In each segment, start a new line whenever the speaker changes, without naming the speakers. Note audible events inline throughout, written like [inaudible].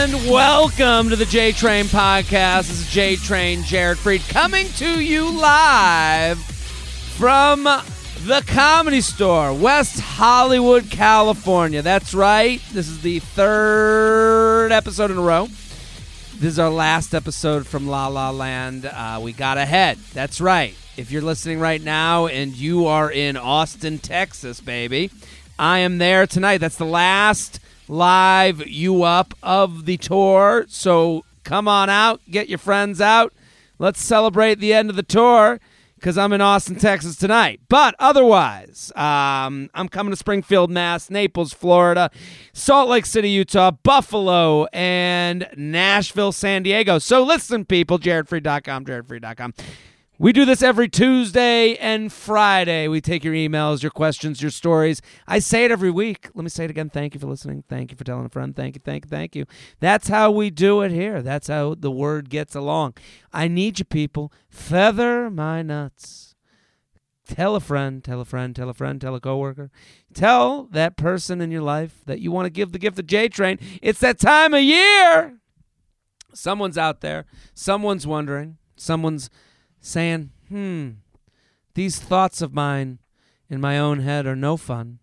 Welcome to the J Train Podcast. This is J Train Jared Freed coming to you live from the Comedy Store, West Hollywood, California. That's right. This is the third episode in a row. This is our last episode from La La Land. Uh, we got ahead. That's right. If you're listening right now and you are in Austin, Texas, baby, I am there tonight. That's the last live you up of the tour. So come on out, get your friends out. Let's celebrate the end of the tour because I'm in Austin, Texas tonight. But otherwise, um, I'm coming to Springfield, Mass, Naples, Florida, Salt Lake City, Utah, Buffalo, and Nashville, San Diego. So listen, people, jaredfree.com, jaredfree.com. We do this every Tuesday and Friday. We take your emails, your questions, your stories. I say it every week. Let me say it again. Thank you for listening. Thank you for telling a friend. Thank you, thank you, thank you. That's how we do it here. That's how the word gets along. I need you, people. Feather my nuts. Tell a friend, tell a friend, tell a friend, tell a coworker. Tell that person in your life that you want to give the gift of J Train. It's that time of year. Someone's out there. Someone's wondering. Someone's saying, hmm, these thoughts of mine in my own head are no fun.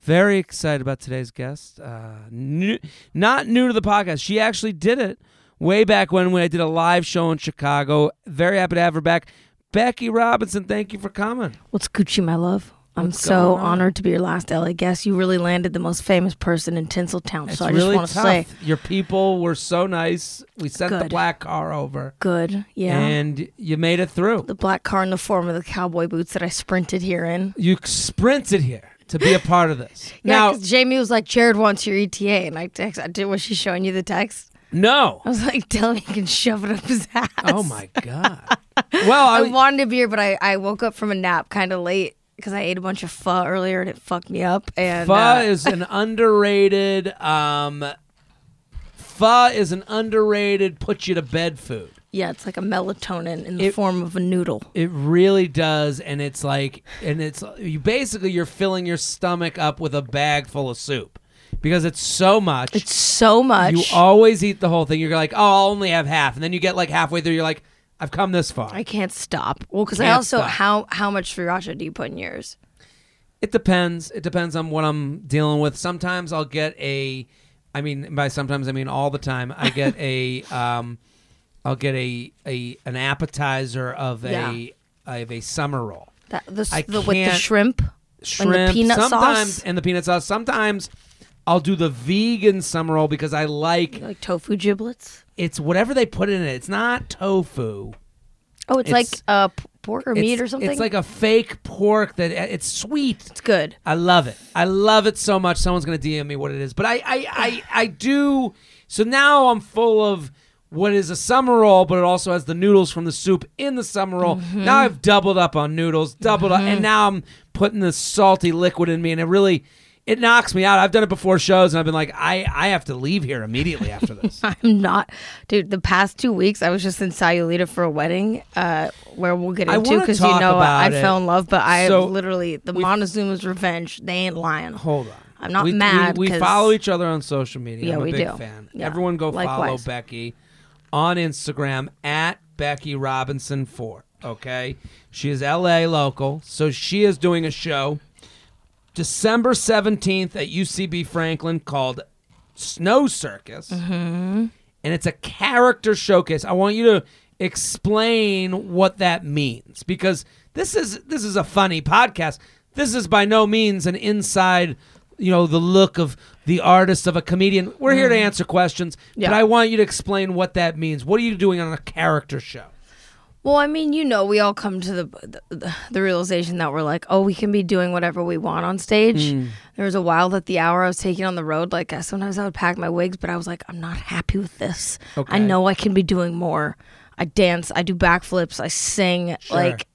Very excited about today's guest. Uh, new, not new to the podcast. She actually did it way back when when I did a live show in Chicago. Very happy to have her back. Becky Robinson, thank you for coming.
What's Gucci, my love? I'm
What's
so
going on?
honored to be your last LA guest. You really landed the most famous person in Tinseltown.
It's
Oh, so I just
really
want
tough.
to say,
Your people were so nice. We sent the
Good.
black car over,
good. Yeah.
and you made it through.
the black car in the form of the cowboy boots that I sprinted here in.
You sprinted here to be a part of this.
[laughs] Yeah,
now,
'cause Jamie was like, Jared wants your ETA. And I text, I did, was she showing you the text?
no.
I was like, tell him he can shove it up his ass.
Oh my god. Well,
[laughs] I
I,
wanted a beer, but I, I woke up from a nap kind of late because I ate a bunch of pho earlier and it fucked me up. And
Pho
uh,
is an underrated. Um, pho is an underrated put you to bed food.
yeah, it's like a melatonin in the
It-
form of a noodle.
It really does, and it's like, and it's you basically you're filling your stomach up with a bag full of soup because it's so much.
It's so much.
you always eat the whole thing. You're like, oh, I'll only have half, and then you get like halfway through, you're like, I've come this far.
I can't stop. Well, because I
Can't
also
stop.
how how much sriracha do you put in yours?
It depends. It depends on what I'm dealing with. Sometimes I'll get a I mean by sometimes I mean all the time. I
[laughs]
get a um I'll get a a an appetizer of
Yeah.
a of a summer roll.
That the, s-
I
the with the
can't-
shrimp,
Shrimp
and the peanut
sometimes
sauce,
and the peanut sauce. Sometimes I'll do the vegan summer roll because I like
like tofu giblets.
it's whatever they put in it. It's not tofu.
Oh, it's,
It's-
like uh, p- pork or meat
It's-
or something.
It's like a fake pork that it's sweet.
it's good. [laughs]
I love it. I love it so much. Someone's gonna DM me what it is, but I, I, I, I do. So now I'm full of what is a summer roll, but it also has the noodles from the soup in the summer roll. Now I've doubled up on noodles, doubled up, and now I'm putting this salty liquid in me, and it really, it knocks me out. I've done it before shows, and I've been like, I, I have to leave here immediately after this.
I'm not, dude. The past two weeks, I was just in Sayulita for a wedding, uh, where we'll get
I
into
wanna
because
talk
you know I, I
about it.
fell in love, but I
So,
literally the Montezuma's revenge. They ain't lying.
Hold on.
I'm not
we,
mad
We, we
'cause-
follow each other on social media.
Yeah,
I'm a
we
big
do.
fan.
Yeah.
Everyone go follow
Likewise.
Becky on Instagram at Becky Robinson Four. Okay, she is LA local, so she is doing a show December seventeenth at UCB Franklin called Snow Circus,
Mm-hmm.
and it's a character showcase. I want you to explain what that means because this is this is a funny podcast. This is by no means an inside, you know, the look of the artist of a comedian. We're here to answer questions,
Mm-hmm. Yeah.
but I want you to explain what that means. What are you doing on a character show?
Well, I mean, you know, we all come to the the, the realization that we're like, oh, we can be doing whatever we want on stage. There was a while that the hour I was taking on the road, like I, sometimes I would pack my wigs, but I was like, I'm not happy with this.
Okay.
I know I can be doing more. I dance, I do backflips, I sing, like.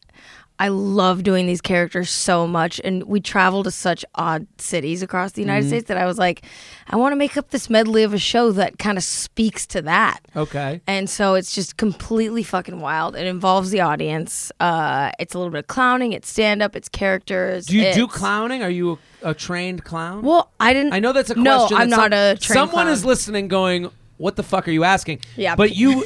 I love doing these characters so much. And we travel to such odd cities across the United States that I was like, I want to make up this medley of a show that kind of speaks to that.
Okay.
And so it's just completely fucking wild. It involves the audience. Uh, it's a little bit of clowning. It's stand up. It's characters.
Do you do
it's-
clowning? Are you a, a trained clown?
Well, I didn't.
I know that's a
no.
question.
I'm
that
not
some-
a trained
Someone
clown.
is listening, going, what the fuck are you asking?
Yeah.
But
[laughs]
you,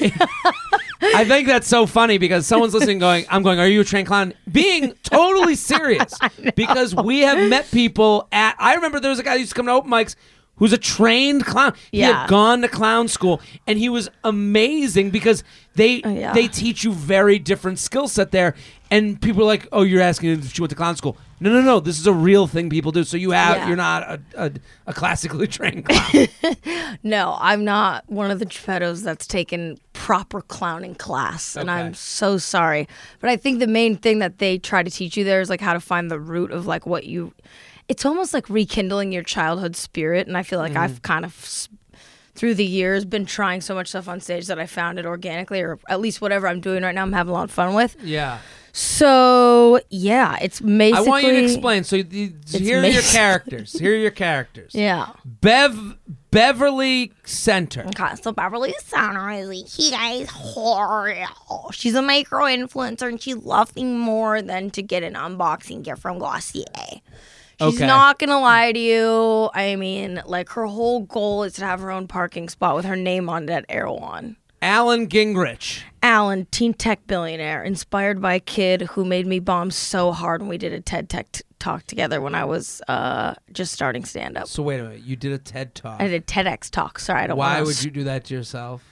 I think that's so funny because someone's listening, going, I'm going, are you a train clown? Being
[laughs]
totally serious because we have met people at, I remember there was a guy who used to come to open mics. Who's a trained clown? He
Yeah.
had gone to clown school, and he was amazing because they
Oh, yeah.
they teach you very different skill set there. And people are like, "Oh, you're asking if she went to clown school?" No, no, no. This is a real thing people do. So you have
Yeah.
you're not a, a, a classically [laughs] trained clown.
No, I'm not one of the Geppettos that's taken proper clowning class, and I'm
Okay.
so sorry. But I think the main thing that they try to teach you there is like how to find the root of like what you. It's almost like rekindling your childhood spirit, and I feel like I've
Mm-hmm.
kind of s- through the years been trying so much stuff on stage that I found it organically, or at least whatever I'm doing right now, I'm having a lot of fun with.
yeah.
So yeah, it's
I
basically.
want you to explain. So the, here are
[laughs]
your
amazing.
characters. Here are your characters.
Yeah.
Bev Beverly Center.
Okay, so Beverly Center is like, hey guys, horrible. She's a micro influencer and she's nothing more than to get an unboxing gift from Glossier. She's
Okay.
not gonna lie to you. I mean, like her whole goal is to have her own parking spot with her name on it at Erewhon.
Alan Gingrich.
Alan, teen tech billionaire, inspired by a kid who made me bomb so hard when we did a TED Tech t- talk together when I was uh, just starting stand up.
So wait a minute. You did a TED talk.
I did a TEDx talk. Sorry, I don't.
Why
wanna
would you do that to yourself?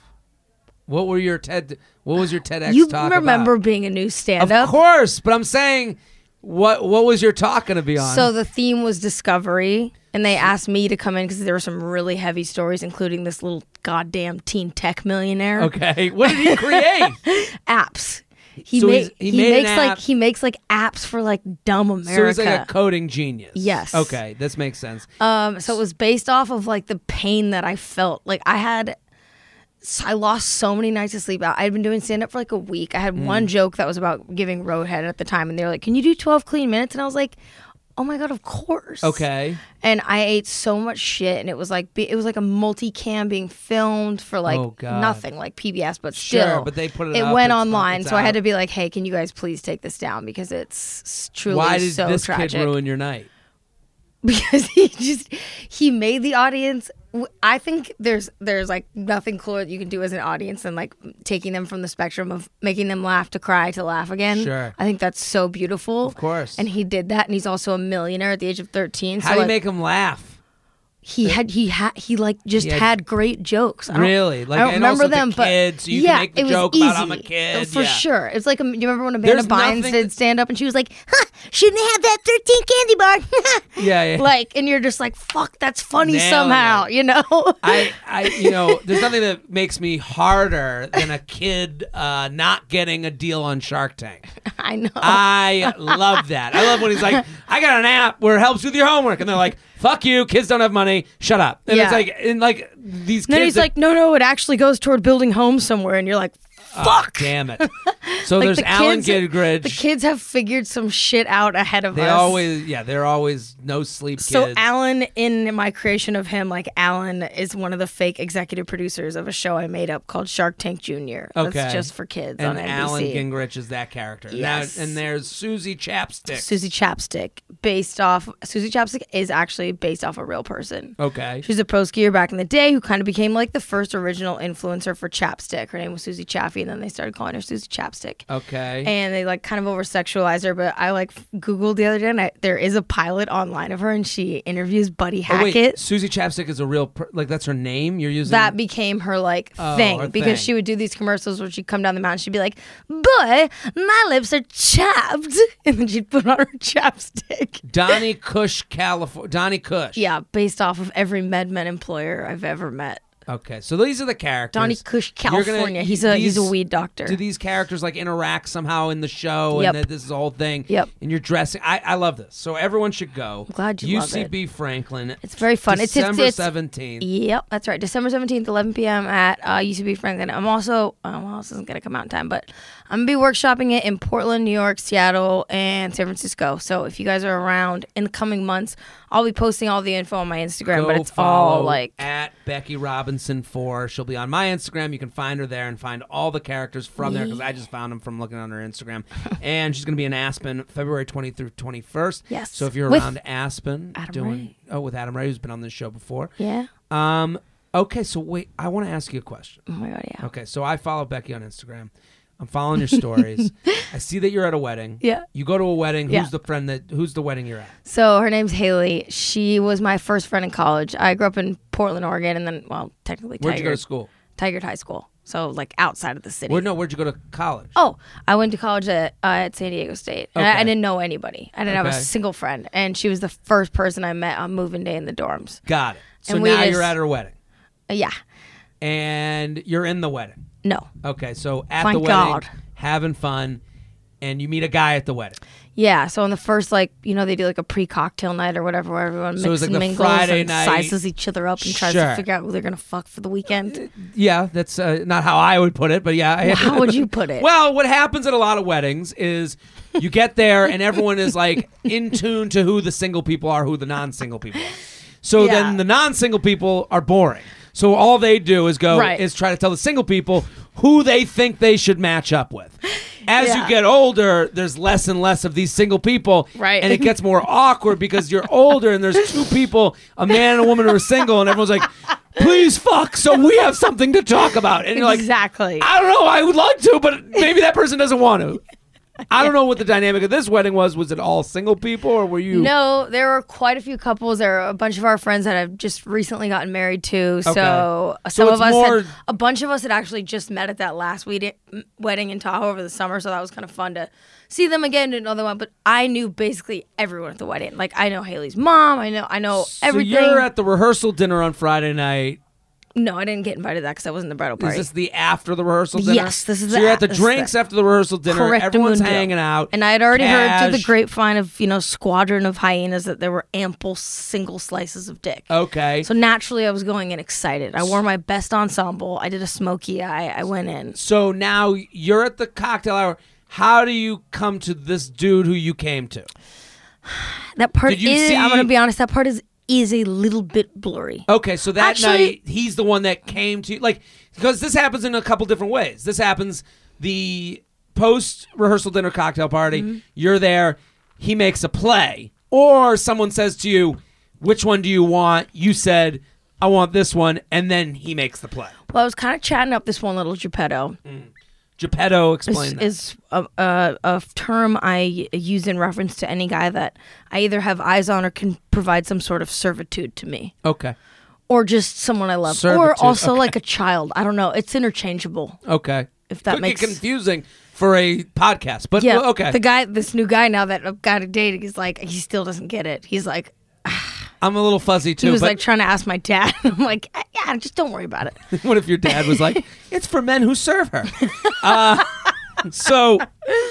What were your TED? What was your TEDx
You
talk about?
remember being a new
Of
stand up?
course, but I'm saying, what what was your talk going to be on?
So the theme was discovery, and they asked me to come in because there were some really heavy stories, including this little goddamn teen tech millionaire
[laughs] okay, what did he create?
[laughs] apps. He,
So
ma-
he's- he
he,
made an
makes
app.
like he makes like apps for like dumb
so
America.
he's like a coding genius.
Yes.
Okay, this makes sense.
Um, so it was based off of like the pain that I felt. Like I had, I lost so many nights of sleep out. I had been doing stand up for like a week. I
Mm.
had one joke that was about giving roadhead at the time, and they were like, "Can you do twelve clean minutes?" And I was like, "Oh my god, of course."
okay.
And I ate so much shit, and it was like be- it was like a multicam being filmed for like
Oh, God.
nothing, like PBS, but
Sure,
still,
but they put it
It
up,
went
it's up,
online,
it's
so I had
out.
to be like, "Hey, can you guys please take this down because it's s- truly
Why did
so
this
tragic."
kid ruin your night?
[laughs] because he just he made the audience w- i think there's there's like nothing cooler that you can do as an audience than like taking them from the spectrum of making them laugh to cry to laugh again
Sure.
i think that's so beautiful of
course.
and he did that and he's also a millionaire at the age of 13 so
How do you
like,
make him laugh?
he had he had he like just
He had-
had, great jokes I don't-
Really? Like,
I don't
and
remember
also the
them, but
kid, so you can
yeah,
make the
it was
joke
easy
about, "I'm a kid,"
for
yeah.
sure. It's like, um, you remember when Amanda
There's
Bynes
nothing that-
did stand up and she was like, "Huh, shouldn't have that 13 candy bar." [laughs]
Yeah, yeah.
Like, and you're just like, "Fuck, that's funny
Nailed
somehow,"
it.
you know?
I, I, you know, [laughs] there's nothing that makes me harder than a kid uh, not getting a deal on Shark
[laughs]
Tank.
[laughs] I know.
I love that. I love when he's like, I got an app where it helps with your homework. And they're like, fuck you, kids don't have money, shut up. And it's
Yeah.
like, and like these
and
kids.
then he's
are-
like, "No, no, it actually goes toward building homes somewhere," and you're like,
Ah,
"Fuck."
damn
[laughs]
it. So
Like,
there's
the
Alan
kids-
Gidgridge.
the kids have figured some shit out ahead of
they
us.
always, yeah, they're always no sleep
So
kids.
Alan, in my creation of him, like Alan is one of the fake executive producers of a show I made up called Shark Tank Junior.
Okay.
That's just for kids
and
on NBC.
Alan Gingrich is that character. And that-
Yes.
And, there's Susie Chapstick.
Susie Chapstick, based off Susie Chapstick, is actually based off a real person.
okay.
She's a pro skier back in the day who kind of became like the first original influencer for Chapstick. Her name was Susie Chaffee, and then they started calling her Susie Chapstick.
okay.
And they like kind of over sexualize her, but I like Googled the other day, and I, there is a pilot online of her, and she interviews Buddy
Oh,
Hackett.
wait, Susie Chapstick is a real, per- like, that's her name you're using?
that became her like
Oh,
thing
her
because
thing.
she would do these commercials where she'd come down the mountain she'd be like boy my lips are chapped [laughs] and then she'd put on her chapstick
Donnie Cush, California. Donnie Cush.
yeah based off of every medmen employer i've ever met
Okay. So these are the characters.
donnie cush
You're gonna-
california he's a he's a
these-
weed doctor
Do these characters like interact somehow in the show,
Yep.
and that this is the whole thing?
Yep.
And you're dressing. I, I love this. So everyone should go.
glad you love
UCB Franklin.
it's very fun It's-
December
it's, it's,
seventeenth.
Yep, that's right. December 17th, 11 p.m. at uh, UCB Franklin. I'm also, uh, well, this isn't going to come out in time, but I'm going to be workshopping it in Portland, New York, Seattle, and San Francisco. So if you guys are around in the coming months, I'll be posting all the info on my Instagram, but it's all like,
at Becky Robinson four. She'll be on my Instagram. You can find her there and find all the characters from there because I just found them from looking on her Instagram.
[laughs]
and she's going to be in Aspen February 20th through 21st.
Yes.
So if you're
With
around Aspen,
Adam
doing
Ray.
oh with Adam Ray who's been on this show before.
yeah.
Um, Okay, so wait, I want to ask you a question.
Oh my god, yeah.
Okay, so I follow Becky on Instagram. I'm following your
[laughs]
stories. I see that you're at a wedding.
Yeah.
You go to a wedding.
Yeah.
Who's the friend that? Who's the wedding you're at?
So her name's Haley. She was my first friend in college. I grew up in Portland, Oregon, and then well, technically
Where'd you go
Tigard,
to school?
Tigard High School. So like outside of the city.
Where no? Where'd you go to college?
Oh, I went to college at, uh, at San Diego State. And I,
Okay.
I didn't know anybody. I didn't have
Okay.
a single friend, and she was the first person I met on moving day in the dorms.
Got it. So
And we
now
just-
you're at her wedding,
Uh, yeah,
and you're in the wedding.
no,
Okay, so at
Thank
the wedding,
God.
having fun, and you meet a guy at the wedding.
yeah. So on the first, like you know, they do like a pre-cocktail night or whatever, where everyone
So it was,
mixes
like, the
and mingles
Friday
and
night-
sizes each other up and tries
Sure.
to figure out who they're gonna fuck for the weekend.
Yeah, that's uh, not how I would put it, but yeah. I-
How would you put
[laughs]
it?
Well, what happens at a lot of weddings is you get there and everyone is
[laughs]
like in tune to who the single people are, who the non-single people are. So
Yeah.
then the non-single people are boring. So all they do is go
Right.
is try to tell the single people who they think they should match up with. As
Yeah.
you get older, there's less and less of these single people,
Right.
And it gets more awkward because you're older and there's two people, a man and a woman who are single, and everyone's like, "Please fuck," so we have something to talk about. And you're like,
exactly.
I don't know. I would like to, but maybe that person doesn't want to. I don't know what the dynamic of this wedding was. Was it all single people, or were you?
No, there were quite a few couples. There were a bunch of our friends that have just recently gotten married too. So
Okay. So
some of
it's
us,
more-
had, a bunch of us had actually just met at that last weed- wedding in Tahoe over the summer. So that was kind of fun to see them again to another one. But I knew basically everyone at the wedding. Like I know Haley's mom. I know I know
So
everything.
you're at the rehearsal dinner on Friday night.
no, I didn't get invited to that because I wasn't the bridal
Is
party.
this the after the rehearsal dinner?
Yes, this is
so
the
you're
a-
at the
this is the-
drinks after the rehearsal dinner.
Correct.
Everyone's hanging out,
And I had already heard through the
Cash.
grapevine of you know squadron of hyenas that there were ample single slices of
Oh,
dick.
Okay.
So naturally, I was going in excited. I wore my best ensemble. I did a smoky eye. I went in.
so now you're at the cocktail hour. How do you come to this dude who you came to?
That part
Did you
is.
see- Oh.
I'm gonna be honest. That part is is a little bit blurry.
Okay, so that
Actually-
night he's the one that came to like because this happens in a couple different ways. This happens the post rehearsal dinner cocktail party.
Mm-hmm.
You're there, he makes a play, or someone says to you, "Which one do you want?" You said, "I want this one," and then he makes the play.
Well, I was kind of chatting up this one little Geppetto.
Geppetto
This
explained Mm. that.
is a, a, a term I use in reference to any guy that I either have eyes on or can provide some sort of servitude to me,
okay,
or just someone I love, or
Servitude,
also like a child. I don't know. It's interchangeable.
okay.
If that
Could
makes-
get confusing for a podcast, but
Yeah.
well, okay.
The guy, this new guy now that I've got a date, he's like, he still doesn't get it. He's like,
I'm a little fuzzy too.
He was
but
like trying to ask my dad. [laughs] I'm like, "Ah, yeah, just don't
[laughs]
worry about it.
What if your dad was
[laughs]
like, "It's for men who serve her"? Uh, so,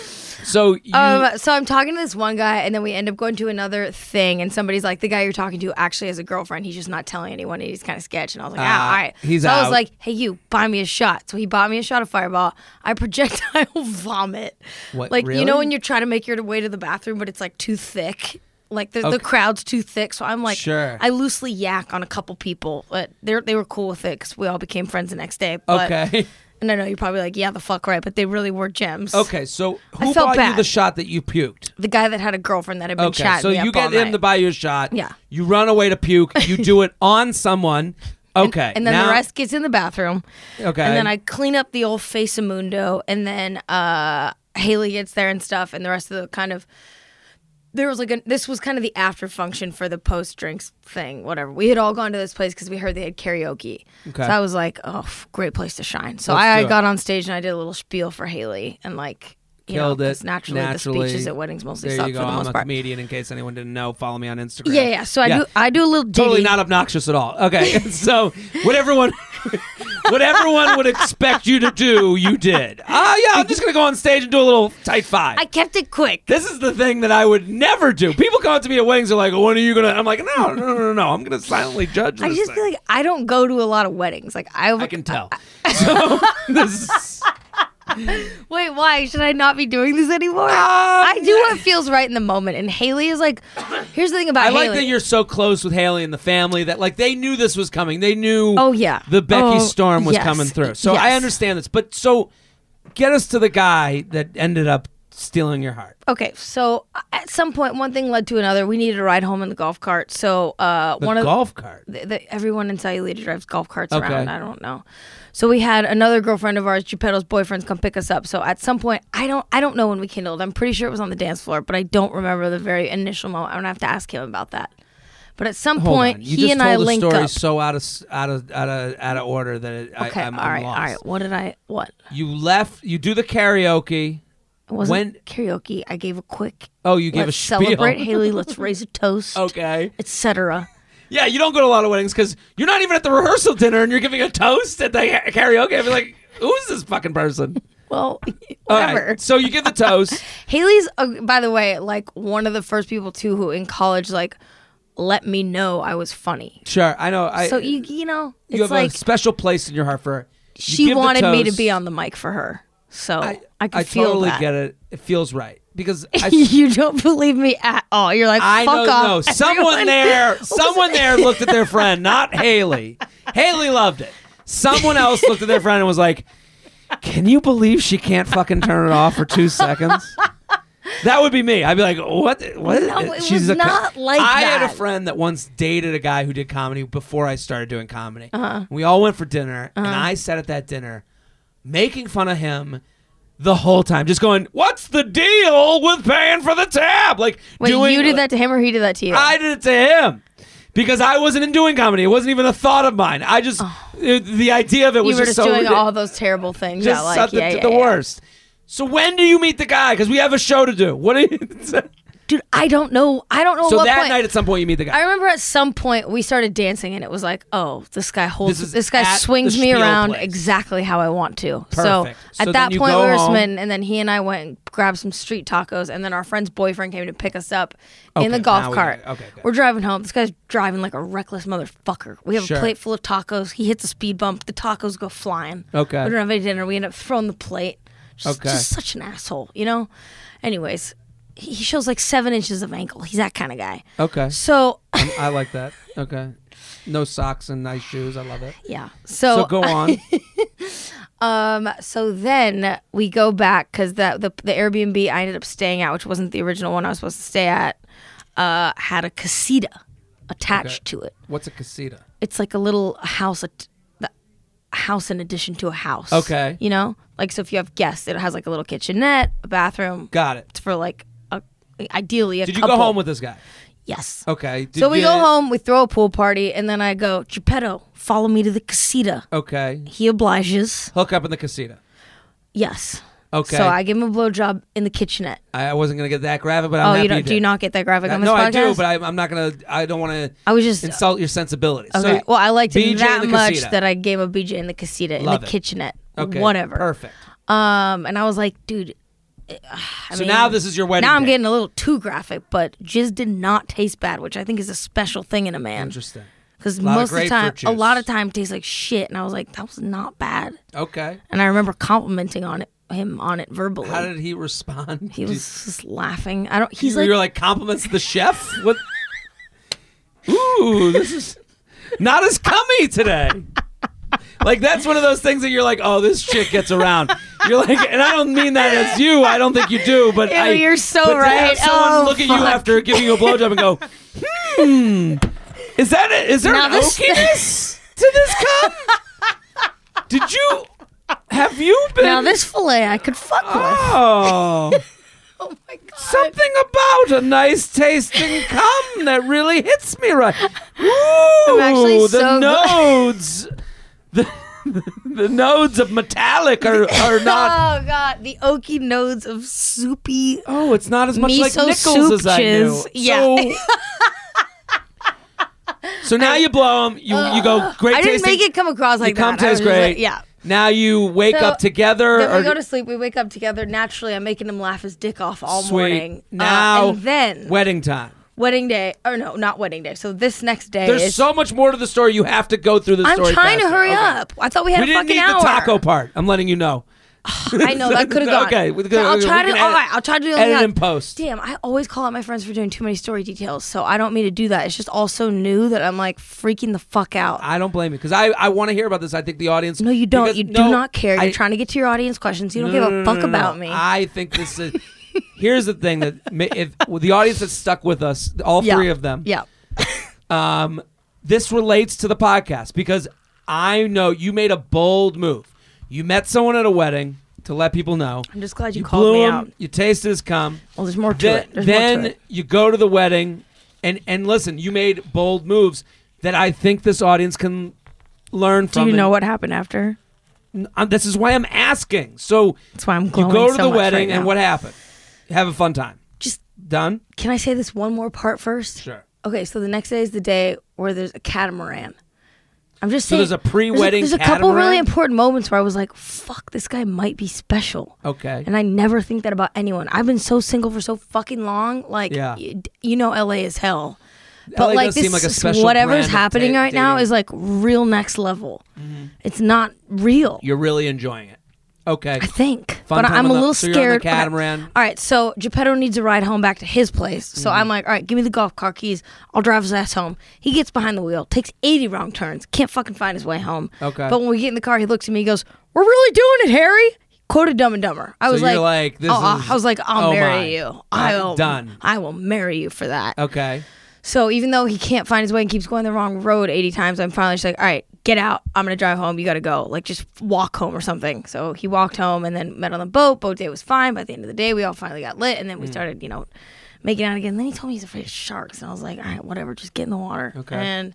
so you,
Um, so I'm talking to this one guy, and then we end up going to another thing, and somebody's like, the guy you're talking to actually has a girlfriend. He's just not telling anyone, and he's kind of sketch. And I was like, ah,
Ah,
all right.
he's
so I
out.
was like, hey, you, buy me a shot. So he bought me a shot of Fireball. I [laughs] projectile vomit.
What,
Like you
really?
know when you're trying to make your way to the bathroom, but it's like too thick. Like the,
Okay.
the crowd's too thick, so I'm like,
Sure.
I loosely yak on a couple people, but they they were cool with it because we all became friends the next day. But [laughs]
okay,
And I know you're probably like, yeah, the fuck right, but they really were gems.
okay. So who
felt
bought you
bad.
the shot that you puked?
The guy that had a girlfriend that had been
Okay,
chatting.
so
me
you
up all
get him
night.
to buy you a shot.
Yeah.
you run away to puke.
[laughs]
You do it on someone. Okay,
and then
now-
the rest gets in the bathroom.
Okay.
And then I clean up the old face of Mundo, and then uh, Haley gets there and stuff, and the rest of the kind of. There was like a, this was kind of the after function for the post drinks thing, whatever. We had all gone to this place because we heard they had karaoke.
Okay.
So I was like, oh, f- great place to shine. So
Let's
I,
do
I
it.
got on stage and I did a little spiel for Haley and like, you
Killed
know,
it,
'cause naturally, the speeches
naturally.
at weddings mostly
there
suck
you go.
for the
I'm
most
a
part.
comedian. In case anyone didn't know, follow me on Instagram.
Yeah, yeah. So I do I do a little ditty.
totally not obnoxious at all. Okay, [laughs] so what everyone, [laughs] what everyone would expect you to do, you did. Ah, yeah, I'm just gonna go on stage and do a little tight five.
I kept it quick.
this is the thing that I would never do. People come up to me at weddings, are like, "When are you gonna?" I'm like, "No, no, no, no, no. I'm gonna silently judge."
I
this
just
thing.
feel like I don't go to a lot of weddings. Like I,
I can tell. [laughs] So this is,
wait, why should I not be doing this anymore?
Ah,
I do what feels right in the moment. And Haley is like, here's the thing about
I
Haley.
like that you're so close with Haley and the family that like they knew this was coming. They knew.
Oh, yeah.
the Becky
Oh,
storm was
yes.
coming through. So
Yes.
I understand this, but so get us to the guy that ended up stealing your heart.
Okay, so at some point, one thing led to another. We needed a ride home in the golf cart. So uh,
The
one of
golf cart.
the, the, everyone in Sayulita drives golf carts
Okay.
around. I don't know. So we had another girlfriend of ours, Geppetto's boyfriend's, come pick us up. So at some point, I don't, I don't know when we kindled. I'm pretty sure it was on the dance floor, but I don't remember the very initial moment. I'm gonna have to ask him about that. But at some
Hold
point,
on. You
he
just
and
told
I
the
link
story
up.
so out of s- out of out of out of order that it,
Okay,
I, I'm,
all
I'm
right,
lost.
all right. What did I? What
You left. You do the karaoke.
it wasn't
When-
karaoke? I gave a quick.
Oh, you gave
let's
a spiel.
celebrate, Haley. Let's raise a toast.
[laughs] Okay.
etc.
Yeah, you don't go to a lot of weddings because you're not even at the rehearsal dinner and you're giving a toast at the ka- karaoke. I'd be like, who is this fucking person?
Well,
All
whatever.
right, so you give the
[laughs]
toast.
Haley's, uh, by the way, like one of the first people too who in college like let me know I was funny.
sure, I know. I, uh,
So you you know
you
it's
have
like
a special place in your heart for her. You
she
give the
wanted me to
toast.
be on the mic for her, so I, could feel
totally
that. [laughs]
get it. It feels right because I,
you don't believe me at all. You're like
I
fuck
know. No,
off. [laughs]
someone
everyone."
there,
[laughs] What was
someone
it?
there looked at their friend,
[laughs]
not Haley. Haley loved it. Someone else looked at their friend and was like, "Can you believe she can't fucking turn it off for two seconds?" That would be me. I'd be like, "What? What?"
No, it was
co-
not like
I had a
that.
friend that once dated a guy who did comedy before I started doing comedy.
Uh-huh.
We all went for dinner, and I sat at that dinner making fun of him the whole time, just going, "What's the deal with paying for the tab?" Like,
Wait,
doing,
you did that to him or he did that to you?
I did it to him because I wasn't in doing comedy. It wasn't even a thought of mine. I just it- the idea of it
Oh. you
was
were
just
just
so
doing
ridic-
all those terrible things.
just
yeah, like
something
yeah,
to
yeah,
the
yeah.
worst. So when do you meet the guy? Because we have a show to do. What? Are you, [laughs]
dude. I don't know. I don't know
so
what
that
point.
night at some point you meet the guy.
I remember at some point we started dancing and it was like, oh, this guy holds
This is
this, guy
at
swings
the
me
Spiel
around
place.
exactly how I want to. So
Perfect. So
at
then
that
you
point
go
we were
home.
smitten and then he and I went and grabbed some street tacos and then our friend's boyfriend came to pick us up
Okay,
in the
now
golf
we
cart.
get it. Okay, good.
we're driving home. This guy's driving like a reckless motherfucker. We have
Sure.
a plate full of tacos. He hits a speed bump. The tacos go flying.
Okay.
We don't have any dinner. We end up throwing the plate. Just,
Okay.
just such an asshole, you know? Anyways, he he shows like seven inches of ankle. He's that kind of guy.
okay,
So [laughs]
I like that. Okay, no socks and nice shoes. I love it.
Yeah.
So,
So,
go
[laughs]
on.
um so then we go back cuz the, the the Airbnb I ended up staying at which wasn't the original one I was supposed to stay at uh had a casita attached to it.
What's a casita?
It's like a little house at the house in addition to a house.
Okay.
You know? Like so if you have guests it has like a little kitchenette, a bathroom
Got it.
It's for like a ideally a
Did you
couple.
go home with this guy?
Yes.
Okay. Did
So we
you-
go home, we throw a pool party and then I go, "Geppetto, follow me to the casita."
Okay.
He obliges.
Hook up in the casita.
Yes.
Okay.
So I give him a blowjob in the kitchenette.
I, I wasn't gonna get that graphic, but I'm
Oh,
happy
you don't?
did.
do you not get that graphic on this
no,
podcast?
I do, but I, I'm not gonna. I don't want to.
I was just-
insult your sensibilities.
okay.
So,
well, I liked
BJ
it
in
that
the
much
casita.
that I gave a BJ in the casita in
Love
the
it.
kitchenette.
okay,
Whatever.
Perfect.
Um, and I was like, dude. eh, I
So
mean,
now this is your wedding.
Now I'm
day.
getting a little too graphic, but jizz did not taste bad, which I think is a special thing in a man.
interesting.
Because
lot of
most of the time,
grapefruit
a lot
juice.
of time tastes like shit, and I was like, that was not bad.
Okay.
And I remember complimenting on it, him on it verbally.
How did he respond?
he was just laughing. I don't. He's
He's
like,
you were like compliments to the chef. What? [laughs] Ooh, this is not as cummy
[laughs]
today. Like that's one of those things that you're like, oh, this shit gets around. You're like, and I don't mean that as you. I don't think you do, but
Ew,
I,
Oh, you're so
but to Have
right.
someone
Oh,
look at you
fuck.
after giving you a blowjob and
[laughs]
go, hmm, is that a, is there
Now
an [laughs]
this-
oakiness to this cum? Did you have you been?
now this fillet I could fuck with.
[laughs] oh.
Oh my god.
Something about a nice tasting cum that really hits me right. Woo!
actually
the
so gl-
nodes, [laughs] the, the nodes of metallic are, are not.
Oh god, the oaky nodes of soupy.
Oh, it's not as much like
Miso
nickels as I knew.
soup jizz. Yeah. [laughs]
So- So now you blow them. You you go great
Uh, I didn't
tasting.
make it come across like
the cum
that. I was
tastes
just
great.
like- yeah.
Now you wake
So,
up together.
Then
or,
we go to sleep. We wake up together. Naturally, I'm making him laugh his dick off all
sweet.
morning. Uh,
Now
and then
wedding time.
wedding day. Or no, not wedding day. So this next day.
There's
is,
so much more to the story. You have to go through the
I'm
story.
trying to
faster.
hurry
Okay.
up. I thought we had
We
a
didn't
fucking
need
hour.
the taco part. I'm letting you know.
I know that
[laughs]
could have gone.
Okay, we-
So I'll
we
try
can
to.
edit-
all right, I'll try to do
edit
that.
in post.
Damn, I always call out my friends for doing too many story details, so I don't mean to do that. It's just all so new that I'm like freaking the fuck out.
I don't blame you because I, I want to hear about this. I think the audience.
no, you don't.
because-
you
no,
do not care. You're
I-
trying to get to your audience questions. You don't
no,
give
no,
a
no,
fuck
no, no, no.
about me.
I Mm, think this is here's the thing that ma- if the audience that's stuck with us, all
Yeah.
three of them,
Yeah.
um, this relates to the podcast because I know you made a bold move. You met someone at a wedding to let people know.
I'm just glad you,
You
called
blew
me
him.
out.
You tasted his cum.
Well, there's more to
Then,
it. There's
then
more to it.
you go to the wedding, and and listen, you made bold moves that I think this audience can learn
Do
from.
you know
And-
what happened after?
N- uh, This is why I'm asking. So
That's why I'm
you
glowing
go to
so
the
much
wedding,
right
and
now.
what happened? Have a fun time.
Just
Done.
can I say this one more part first?
Sure.
Okay, so the next day is the day where there's a catamaran. I'm just
So
saying.
there's a pre-wedding
There's a, there's a couple really
catamaran?
important moments where I was like, "Fuck, this guy might be special,"
Okay.
and I never think that about anyone. I've been so single for so fucking long. Like,
Yeah.
y- you know, LA is hell.
LA
But
does
like
seem
this,
like a special brand
whatever's
of
happening
da-
right
dating.
now
Mm-hmm.
is like real next level. It's not real.
You're really enjoying it. Okay.
I think.
Fun
but
time
I'm
on
a
the-
little
so you're on the
scared. Okay.
catamaran. Mm-hmm.
All right, so Geppetto needs a ride home back to his place. So I'm like, all right, give me the golf car keys. I'll drive his ass home. He gets behind the wheel, takes 80 wrong turns, can't fucking find his way home.
Okay.
But when we get in the car, he looks at me, he goes, We're really doing it, Harry. Quoted Dumb and Dumber. I was
you're
like,
like, this
oh, uh,
is-
I was like, I'll
oh
marry
my.
you.
I'm
I will
done.
I will marry you for that.
Okay.
So even though he can't find his way and keeps going the wrong road 80 times, I'm finally just like, all right, get out. I'm going to drive home. You got to go. Like, just walk home or something. So he walked home and then met on the boat. Boat day was fine. By the end of the day, we all finally got lit. And then we started, you know, making out again. then he told me he's afraid of sharks. And I was like, all right, whatever. Just get in the water.
Okay.
And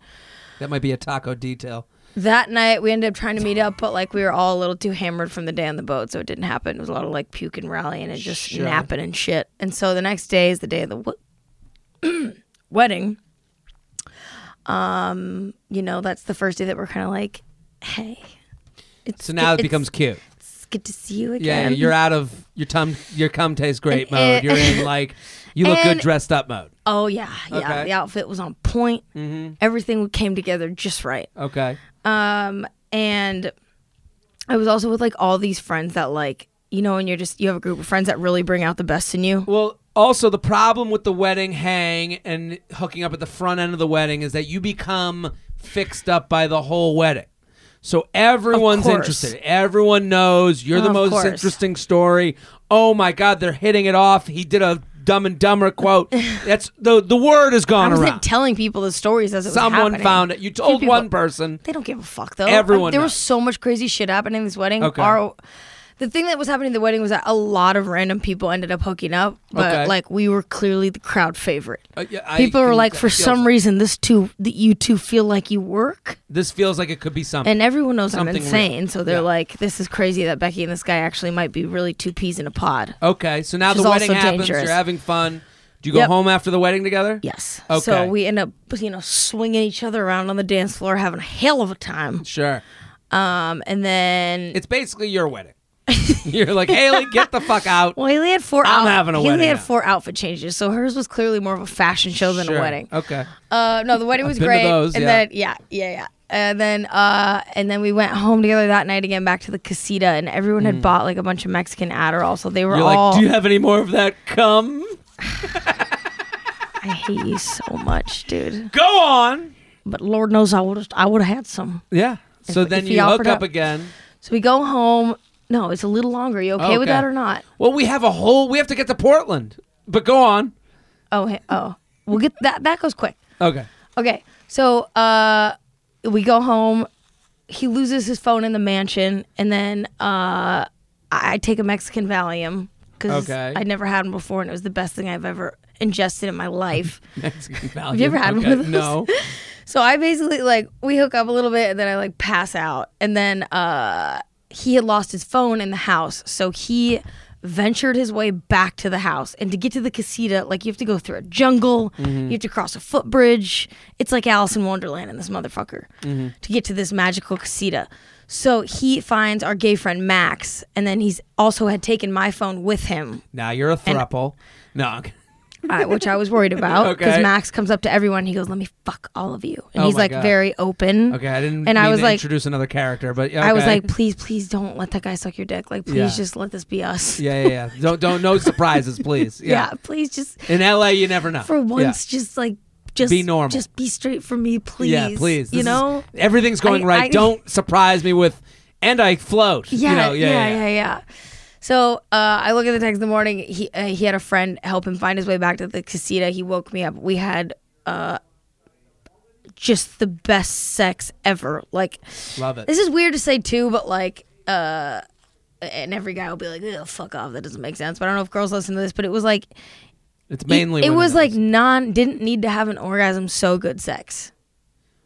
That might be a taco detail.
that night, we ended up trying to meet up, but like we were all a little too hammered from the day on the boat. So it didn't happen. It was a lot of like puke and rallying and just
Sure.
napping and shit. And so the next day is the day of the w- [clears throat] wedding Um, you know, that's the first day that we're kind of like, hey, it's
So now it
it's-
becomes cute.
it's good to see you
Yeah,
again.
you're out of your tum your cum tastes great mode.
And-
You're in like you look good
[laughs] and-
dressed up mode.
oh yeah, yeah.
Okay. Mm-hmm.
The outfit was on point. Everything came together just right.
Okay.
Um, and I was also with like all these friends that like, you know, and you're just you have a group of friends that really bring out the best in you.
Well, also the problem with the wedding hang and hooking up at the front end of the wedding is that you become fixed up by the whole wedding. So everyone's
course.
interested. Everyone knows you're the
Of
most
course.
interesting story. Oh my God, they're hitting it off. He did a Dumb and Dumber
[laughs]
quote. That's the the word has
I
gone
wasn't
around.
telling people the stories as it was
Someone
happening.
found it. You
Few
told
people-
one person.
They don't give a fuck though.
Everyone
I- there was
knows.
so much crazy shit happening at this wedding.
Okay.
Our- the thing that was happening at the wedding was that a lot of random people ended up hooking up, but
Okay.
like we were clearly the crowd favorite.
Uh, yeah, I
people were
can-
like, for
feels-
some reason, this two that you two feel like you work,
this feels like it could be something.
and everyone knows
Something real.
I'm insane, so they're
Yeah.
like, this is crazy that Becky and this guy actually might be really two peas in a pod.
okay, so now
Which
the
is
wedding
also
happens.
dangerous.
You're having fun. Do you go
Yep.
home after the wedding together?
Yes. So
Okay.
we end up, you know, swinging each other around on the dance floor, having a hell of a time.
Sure.
Um, and then
It's basically your wedding. [laughs] You're like, Haley, get the fuck out.
Well, Haley had four.
I'm having a
Haley
wedding
had
now.
four outfit changes, so hers was clearly more of a fashion show than
Sure.
a wedding.
Okay.
Uh, no, the wedding was
been to
great,
those,
and
yeah.
then yeah, yeah, yeah, and then uh, and then we went home together that night again back to the casita, and everyone had bought like a bunch of Mexican Adderall, so they were
Mm. You're
all.
like, do you have any more of that cum?
I hate you so much, dude.
Go on.
But Lord knows I would I would have had some.
Yeah. So
If-
then
if
you
he
hook
offered
up
up.
again.
So we go home. No, it's a little longer. You okay, with
Oh, Okay.
that or not?
Well, we have a whole. We have to get to Portland. But go on.
Oh, hey, oh, we'll get that. That goes quick.
Okay. [laughs]
Okay, so uh, we go home. He loses his phone in the mansion, and then uh, I I take a Mexican Valium because
Okay.
I'd never had one before, and it was the best thing I've ever ingested in my life.
Mexican value.
you ever had one
Okay,
of those?
No.
so I basically like we hook up a little bit, and then I like pass out, and then uh, he had lost his phone in the house, so he ventured his way back to the house and to get to the casita like you have to go through a jungle
Mm-hmm.
you have to cross a footbridge it's like alice in wonderland and this motherfucker
Mm-hmm.
to get to this magical casita so he finds our gay friend max and then he's also had taken my phone with him
Now you're a thruple. No. [laughs]
uh, which I was worried about because
Okay.
Max comes up to everyone. He goes, "Let me fuck all of you," and
Oh
he's
my
like
God.
very open.
Okay. I didn't.
And I
mean
was
to
like,
introduce another character, but okay.
I was like, "Please, please don't let that guy suck your dick. Like, please
Yeah.
just let this be us.
yeah, yeah, yeah. Don't, don't, no surprises, please.
[laughs] Yeah,
Yeah.
please just
In L.A., you never know.
for
Yeah.
once, just like just
Be normal.
Just be straight for me, please.
Yeah, please. This
You
is-
know?
everything's going
I-
right.
I-
Don't surprise me with, and I float.
Yeah,
you know,
yeah, yeah, yeah, So uh, I look at the text in the morning. He uh, he had a friend help him find his way back to the casita. He woke me up. We had uh, just the best sex ever. Like
Love it.
this is weird to say too, but like, uh, and every guy will be like, "Ugh, fuck off, that doesn't make sense." But I don't know if girls listen to this, but it was like,
It's mainly.
it, it
women
was
that
like
listen.
non didn't need to have an orgasm, so good sex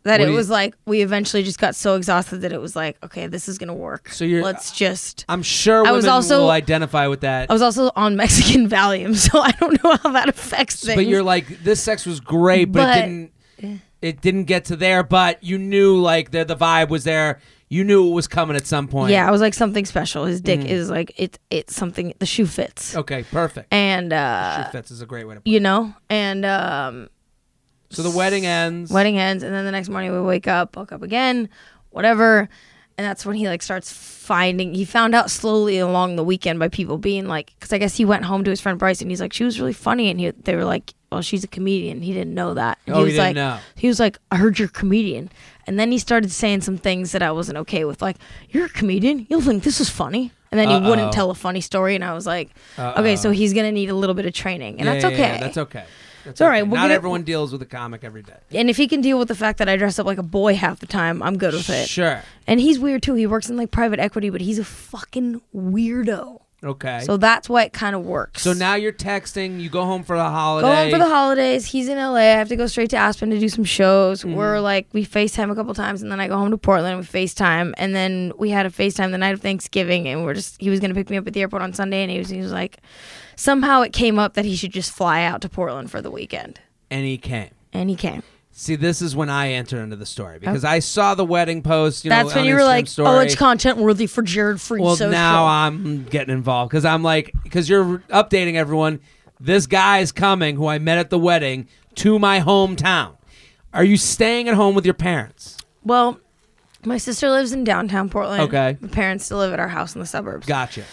that
What
it
do you-
was like we eventually just got so exhausted that it was like, okay, this is gonna work.
So you're-
let's just.
I'm sure women
I was also-
will identify with that.
I was also on [laughs] Mexican Valium, so I don't know how that affects things.
But you're like, this sex was great, but,
But-
it didn't. It didn't get to there, but you knew like the the vibe was there. You knew it was coming at some point.
yeah, I was like something special. His
Mm.
dick is like it's it's something. The shoe fits,
Okay. Perfect.
and uh,
Oh. Shoe fits is a great way to. Put
you know, and um,
it. So the wedding ends.
wedding ends and then the next morning we wake up woke up again whatever and that's when he like starts finding he found out slowly along the weekend by people being like because i guess he went home to his friend bryce and he's like she was really funny and he, they were like well she's a comedian he didn't know that and
Oh,
he
he
was
didn't
like
know.
he was like i heard you're a comedian and then he started saying some things that i wasn't okay with like you're a comedian you'll think this is funny and then he
Uh-oh.
wouldn't tell a funny story and i was like okay so he's gonna need a little bit of training and
Yeah,
that's
yeah,
okay
yeah, that's okay. That's
all
okay.
right, we'll
Not
get it-
everyone deals with a comic every day.
and if he can deal with the fact that i dress up like a boy half the time i'm good with it
Sure.
And he's weird too. He works in like private equity, but he's a fucking weirdo.
Okay.
So that's why it kind of works.
So now you're texting. You go home for the holiday.
go home for the holidays. He's in LA. I have to go straight to Aspen to do some shows.
Mm-hmm.
We're like we FaceTime a couple times, and then I go home to Portland. We FaceTime, and then we had a FaceTime the night of Thanksgiving, and we're just he was gonna pick me up at the airport on Sunday, and he was he was like, somehow it came up that he should just fly out to Portland for the weekend,
and he came.
and he came.
See, this is when I enter into the story because I saw the wedding post. You know,
Oh. That's when
on
you were
Instagram
like,
story.
oh, it's content worthy for Jared Free
Well,
Social.
now I'm getting involved because I'm like, because you're updating everyone. This guy is coming who I met at the wedding to my hometown. Are you staying at home with your parents?
Well, my sister lives in downtown Portland.
Okay.
My parents still live at our house in the suburbs.
Gotcha.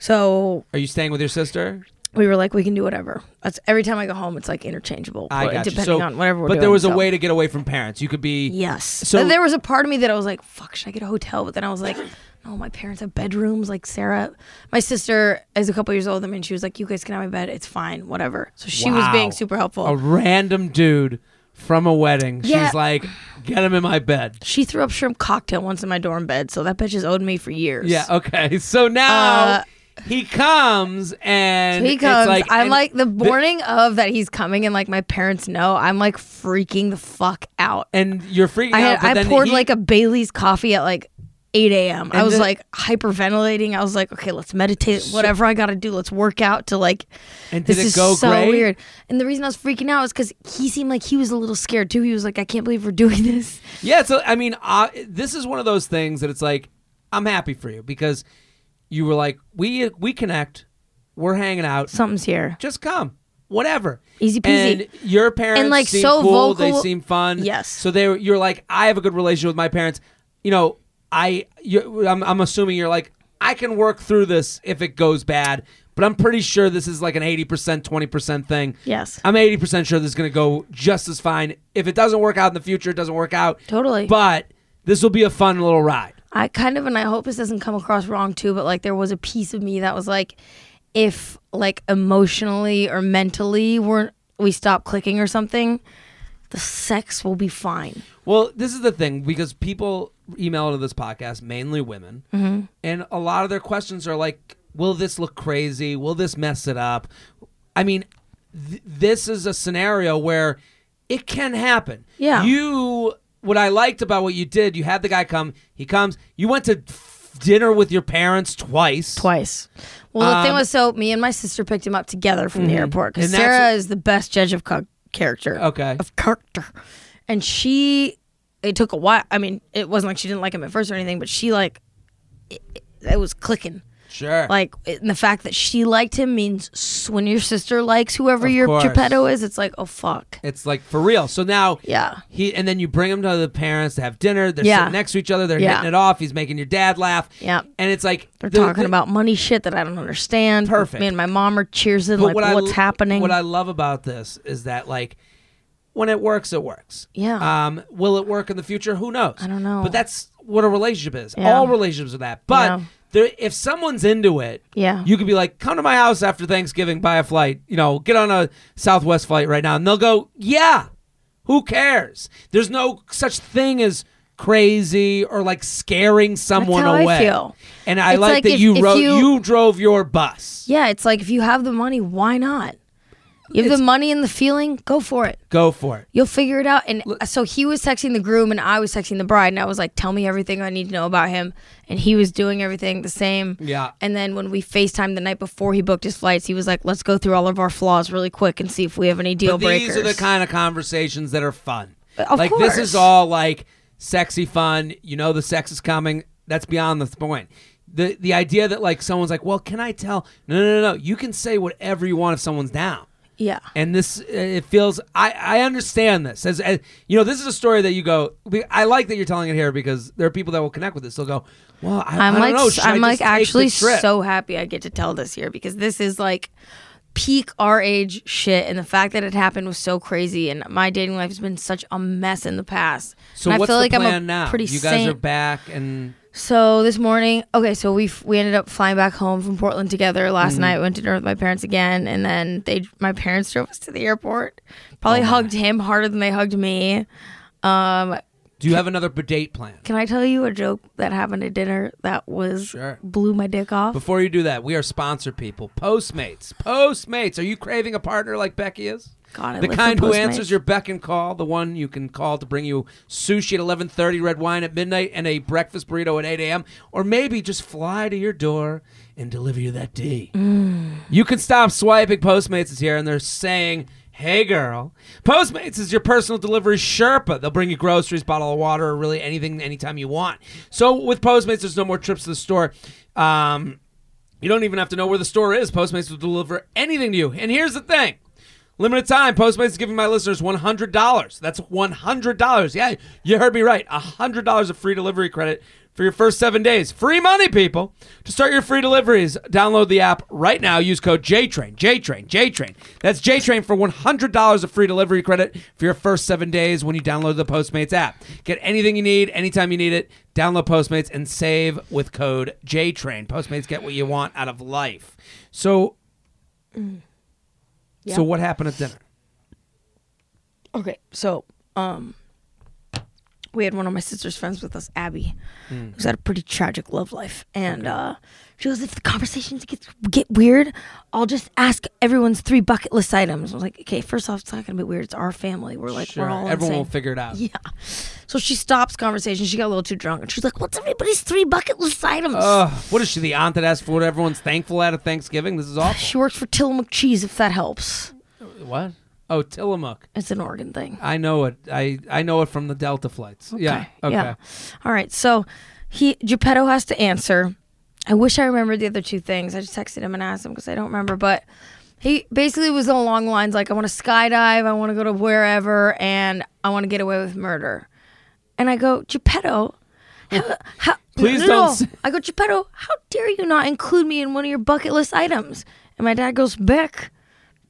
So
Are you staying with your sister?
we were like, we can do whatever. That's every time I go home, it's like interchangeable,
I
but
gotcha.
depending
So-
on whatever. We're
but
doing,
there was a
so-
way to get away from parents. You could be.
Yes. So
So-
there was a part of me that I was like, fuck, should I get a hotel? But then I was like, no, my parents have bedrooms. Like Sarah, my sister is a couple years older than me, and she was like, you guys can have my bed. It's fine, whatever. So she was
Wow.
being super helpful.
A random dude from a wedding.
Yeah.
She's like, get him in my bed.
she threw up shrimp cocktail once in my dorm bed, so that bitch has owed me for years.
Yeah. Okay. [laughs] So now
Uh,
he comes and
He
it's
comes.
like-
I'm
and
like the morning of that he's coming, and like my parents know. I'm like freaking the fuck out.
and you're freaking
I
out.
had
but
I
then
poured
he-
like a Bailey's coffee at like 8 a.m. I
And
was
the-
like hyperventilating. I was like, okay, let's meditate. Whatever I got to do, let's work out to like.
And did
This
it
is
go
so
great?
weird. And the reason I was freaking out is because he seemed like he was a little scared too. He was like, I can't believe we're doing this.
Yeah, so I mean, uh, this is one of those things that it's like, I'm happy for you because you were like, we we connect, we're hanging out,
Something's here.
just come, whatever,
Easy peasy.
And your parents
And, like,
seem
so
cool, they
vocal-
seem fun,
Yes.
So they were- you're like, I have a good relationship with my parents, you know. I you I'm, I'm assuming you're like, I can work through this if it goes bad, but I'm pretty sure this is like an eighty percent, twenty percent thing.
Yes.
I'm 80% sure this is going to go just as fine. If it doesn't work out in the future, it doesn't work out.
Totally.
But this will be a fun little ride.
I kind of, and I hope this doesn't come across wrong too, but like there was a piece of me that was like, if like emotionally or mentally we're we stop clicking or something, the sex will be fine.
Well, this is the thing because people email to this podcast, mainly women, and a lot of their questions are like, will this look crazy? Will this mess it up? I mean, th- this is a scenario where it can happen.
Yeah.
You, what I liked about what you did, you had the guy come, he comes, you went to f- dinner with your parents twice. Um,
Twice. Well, the thing was, so me and my sister picked him up together from the airport because
Mm-hmm. And that's-
Sarah is the best judge of co- character.
Okay.
Of character, and she, it took a while. I mean, it wasn't like she didn't like him at first or anything, but she like, it, it was clicking.
Sure.
Like and the fact that she liked him means s- when your sister likes whoever
Of
your
course.
Geppetto is, it's like oh fuck.
It's like for real. So now,
Yeah.
he and then you bring him to the parents to have dinner. They're
Yeah.
sitting next to each other. They're
Yeah.
hitting it off. He's making your dad laugh.
Yeah.
and it's like
They're
the-
talking
the-
about money shit that I don't understand.
Perfect.
Me and my mom are cheers in
but
like
what I
what's
l-
happening.
What I love about this is that like when it works, it works.
Yeah.
Um, will it work in the future? Who knows?
I don't know.
But that's what a relationship is.
Yeah.
All relationships are that. But
Yeah.
there if someone's into it,
Yeah.
you could be like, come to my house after Thanksgiving, buy a flight, you know, get on a Southwest flight right now, and they'll go, yeah, who cares? There's no such thing as crazy or like scaring someone
how I
away.
feel.
And I
It's
like,
like
that
if-
you
if
wrote,
you-
you drove your bus.
Yeah, it's like if you have the money, why not? You have the money and the feeling, go for it.
Go for it.
You'll figure it out. And so he was texting the groom and I was texting the bride and I was like, tell me everything I need to know about him. And he was doing everything the same.
Yeah.
And then when we FaceTimed the night before he booked his flights, he was like, let's go through all of our flaws really quick and see if we have any deal breakers.
These
Uh,
are the kind of conversations that are fun.
Of
like this is
course.
all like sexy fun. You know the sex is coming. That's beyond the point. The the idea that like someone's like, well, can I tell? No, no, no, no. You can say whatever you want if someone's down.
yeah.
And this, uh, it feels. I I understand this as, as you know. This is a story that you go. we- I like that you're telling it here because there are people that will connect with this. They'll go, well, I,
I'm
I
like,
don't know.
s-
Should I
I'm
just
like
take the
actually
trip?"
so happy I get to tell this here because this is like peak our age shit, and the fact that it happened was so crazy. And my dating life has been such a mess in the past.
So
and
what's
I feel
the
like
plan
I'm a
now?
pretty
you guys
sane-
are back and
So this morning, okay, so we f- we ended up flying back home from Portland together
Mm-hmm.
last night. Went to dinner with my parents again, and then they my parents drove us to the airport. Probably
Oh,
hugged him harder than they hugged me. Um,
do you have another date plan?
can I tell you a joke that happened at dinner that was
Sure.
blew my dick off?
Before you do that, we are sponsor people. Postmates. Postmates. Are you craving a partner like Becky is?
God, I
the
live for
kind who
Postmates.
answers your beck and call, the one you can call to bring you sushi at 11:30, red wine at midnight, and a breakfast burrito at 8 a.m. Or maybe just fly to your door and deliver you that D. You can stop swiping. Postmates is here, and they're saying, "Hey, girl." Postmates is your personal delivery Sherpa. They'll bring you groceries, bottle of water, or really anything, anytime you want. So with Postmates, there's no more trips to the store. Um, you don't even have to know where the store is. Postmates will deliver anything to you. And here's the thing. Limited time. Postmates is giving my listeners one hundred dollars. That's one hundred dollars. Yeah, you heard me right. hundred dollars of free delivery credit for your first seven days. Free money, people. To start your free deliveries, download the app right now. Use code JTRAIN. JTRAIN. JTRAIN. That's JTRAIN for one hundred dollars of free delivery credit for your first seven days when you download the Postmates app. Get anything you need anytime you need it. Download Postmates and save with code JTRAIN. Postmates get what you want out of life. So,
Yeah.
so what happened at dinner?
Okay, so um, we had one of my sister's friends with us, Abby,
Hmm.
who's had a pretty tragic love life, and uh, she goes, "If the conversations get get weird, I'll just ask everyone's three bucket list items." I was like, "Okay, first off, it's not gonna be weird. It's our family. We're like,
Sure,
we're all
everyone will
insane."
figure it out.
Yeah. So she stops conversation. She got a little too drunk, and she's like, "What's everybody's three bucket list items?"
Ugh, what is she, the aunt that asks for what everyone's thankful at at Thanksgiving? This is
[laughs]
awful.
she works for Tillamook Cheese, if that helps.
what? Oh, Tillamook.
It's an Oregon thing.
I know it. I, I know it from the Delta flights. Yeah. Okay.
All right. So he Geppetto has to answer. I wish I remembered the other two things. I just texted him and asked him because I don't remember. But he basically was along the lines like, I want to skydive, I want to go to wherever, and I want to get away with murder. And I go, Geppetto,
[laughs]
how, how,
Please
no, no,
don't
no."
s-
I go, Geppetto, how dare you not include me in one of your bucket list items? And my dad goes, Beck,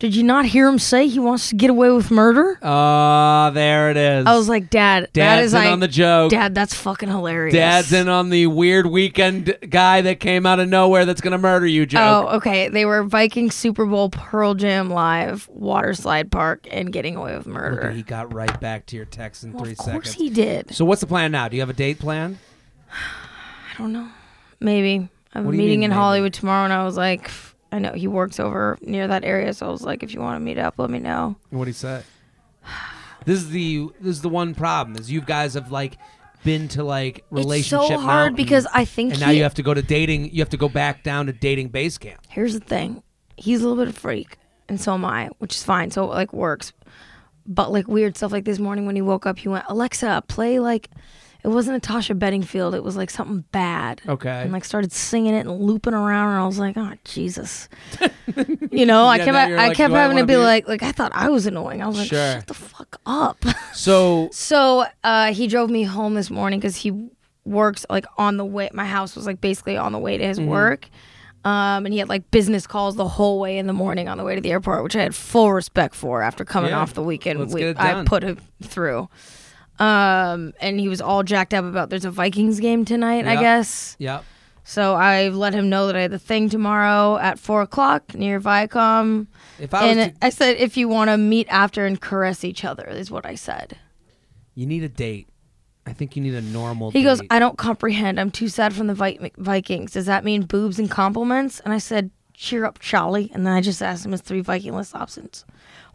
did you not hear him say he wants to get away with murder?
Ah, there it is.
I was like, Dad, that
Dad's
is
in
like,
on the joke.
Dad, that's fucking hilarious.
Dad's in on the weird weekend guy that came out of nowhere that's going to murder you joke.
Oh, okay. They were Viking Super Bowl Pearl Jam live, water slide park, and getting away with
Look,
murder.
He got right back to your text in three
Oh. of course
seconds.
he did.
so what's the plan now? Do you have a date plan?
I don't know. Maybe I have a
What do you
meeting
mean,
in
maybe?
Hollywood tomorrow, and I was like, "Pff, I know he works over near that area, so I was like, if you want to meet up, let me know.
What do you say? This is the this is the one problem is you guys have like been to like
It's
relationship.
so hard
mountain,
because I think
and
he,
now you have to go to dating. You have to go back down to dating base camp.
here's the thing he's a little bit of a freak and so am i which is fine so it like works but like weird stuff like this morning when he woke up he went alexa play like it wasn't natasha bedingfield it was like something bad
Okay.
and like started singing it and looping around and i was like oh
[laughs]
jesus you know i
Yeah,
kept
now you're
i
like,
kept
do I
having to
wanna
be,
be-
like like i thought i was annoying i was like
Sure.
shut the fuck up [laughs]
So
so uh, he drove me home this morning because he works like on the way. My house was like basically on the way to his
Mm-hmm.
work, um, and he had like business calls the whole way in the morning on the way to the airport, which I had full respect for after coming
Yeah.
off the weekend
Let's
we,
get it
I
done.
put him through. Um, and he was all jacked up about there's a Vikings game tonight, I
Yeah.
guess.
yeah,
So I let him know that I had the thing tomorrow at four o'clock near Viacom.
If I was,
and
to-
I said, if you want to meet after and caress each other, is what I said.
you need a date. I think you need a normal.
He
date.
goes, I don't comprehend. I'm too sad from the Vi- Vikings. Does that mean boobs and compliments? And I said, cheer up, Charlie. And then I just asked him his three Viking list options.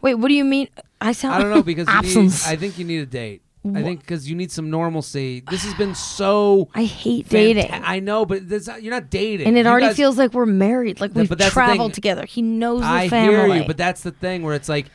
Wait, what do you mean? I sound.
I don't know
[laughs]
because you need,
options.
I think you need a date. I think because you need some normalcy. This has
[sighs]
been so
I hate
fanta-
dating.
I know, but this, you're not dating,
and it
You
already
guys-
feels like we're married. Like
Yeah,
we've
but that's the
traveled
thing.
together. He knows the
I
family.
hear you, but that's the thing where it's like,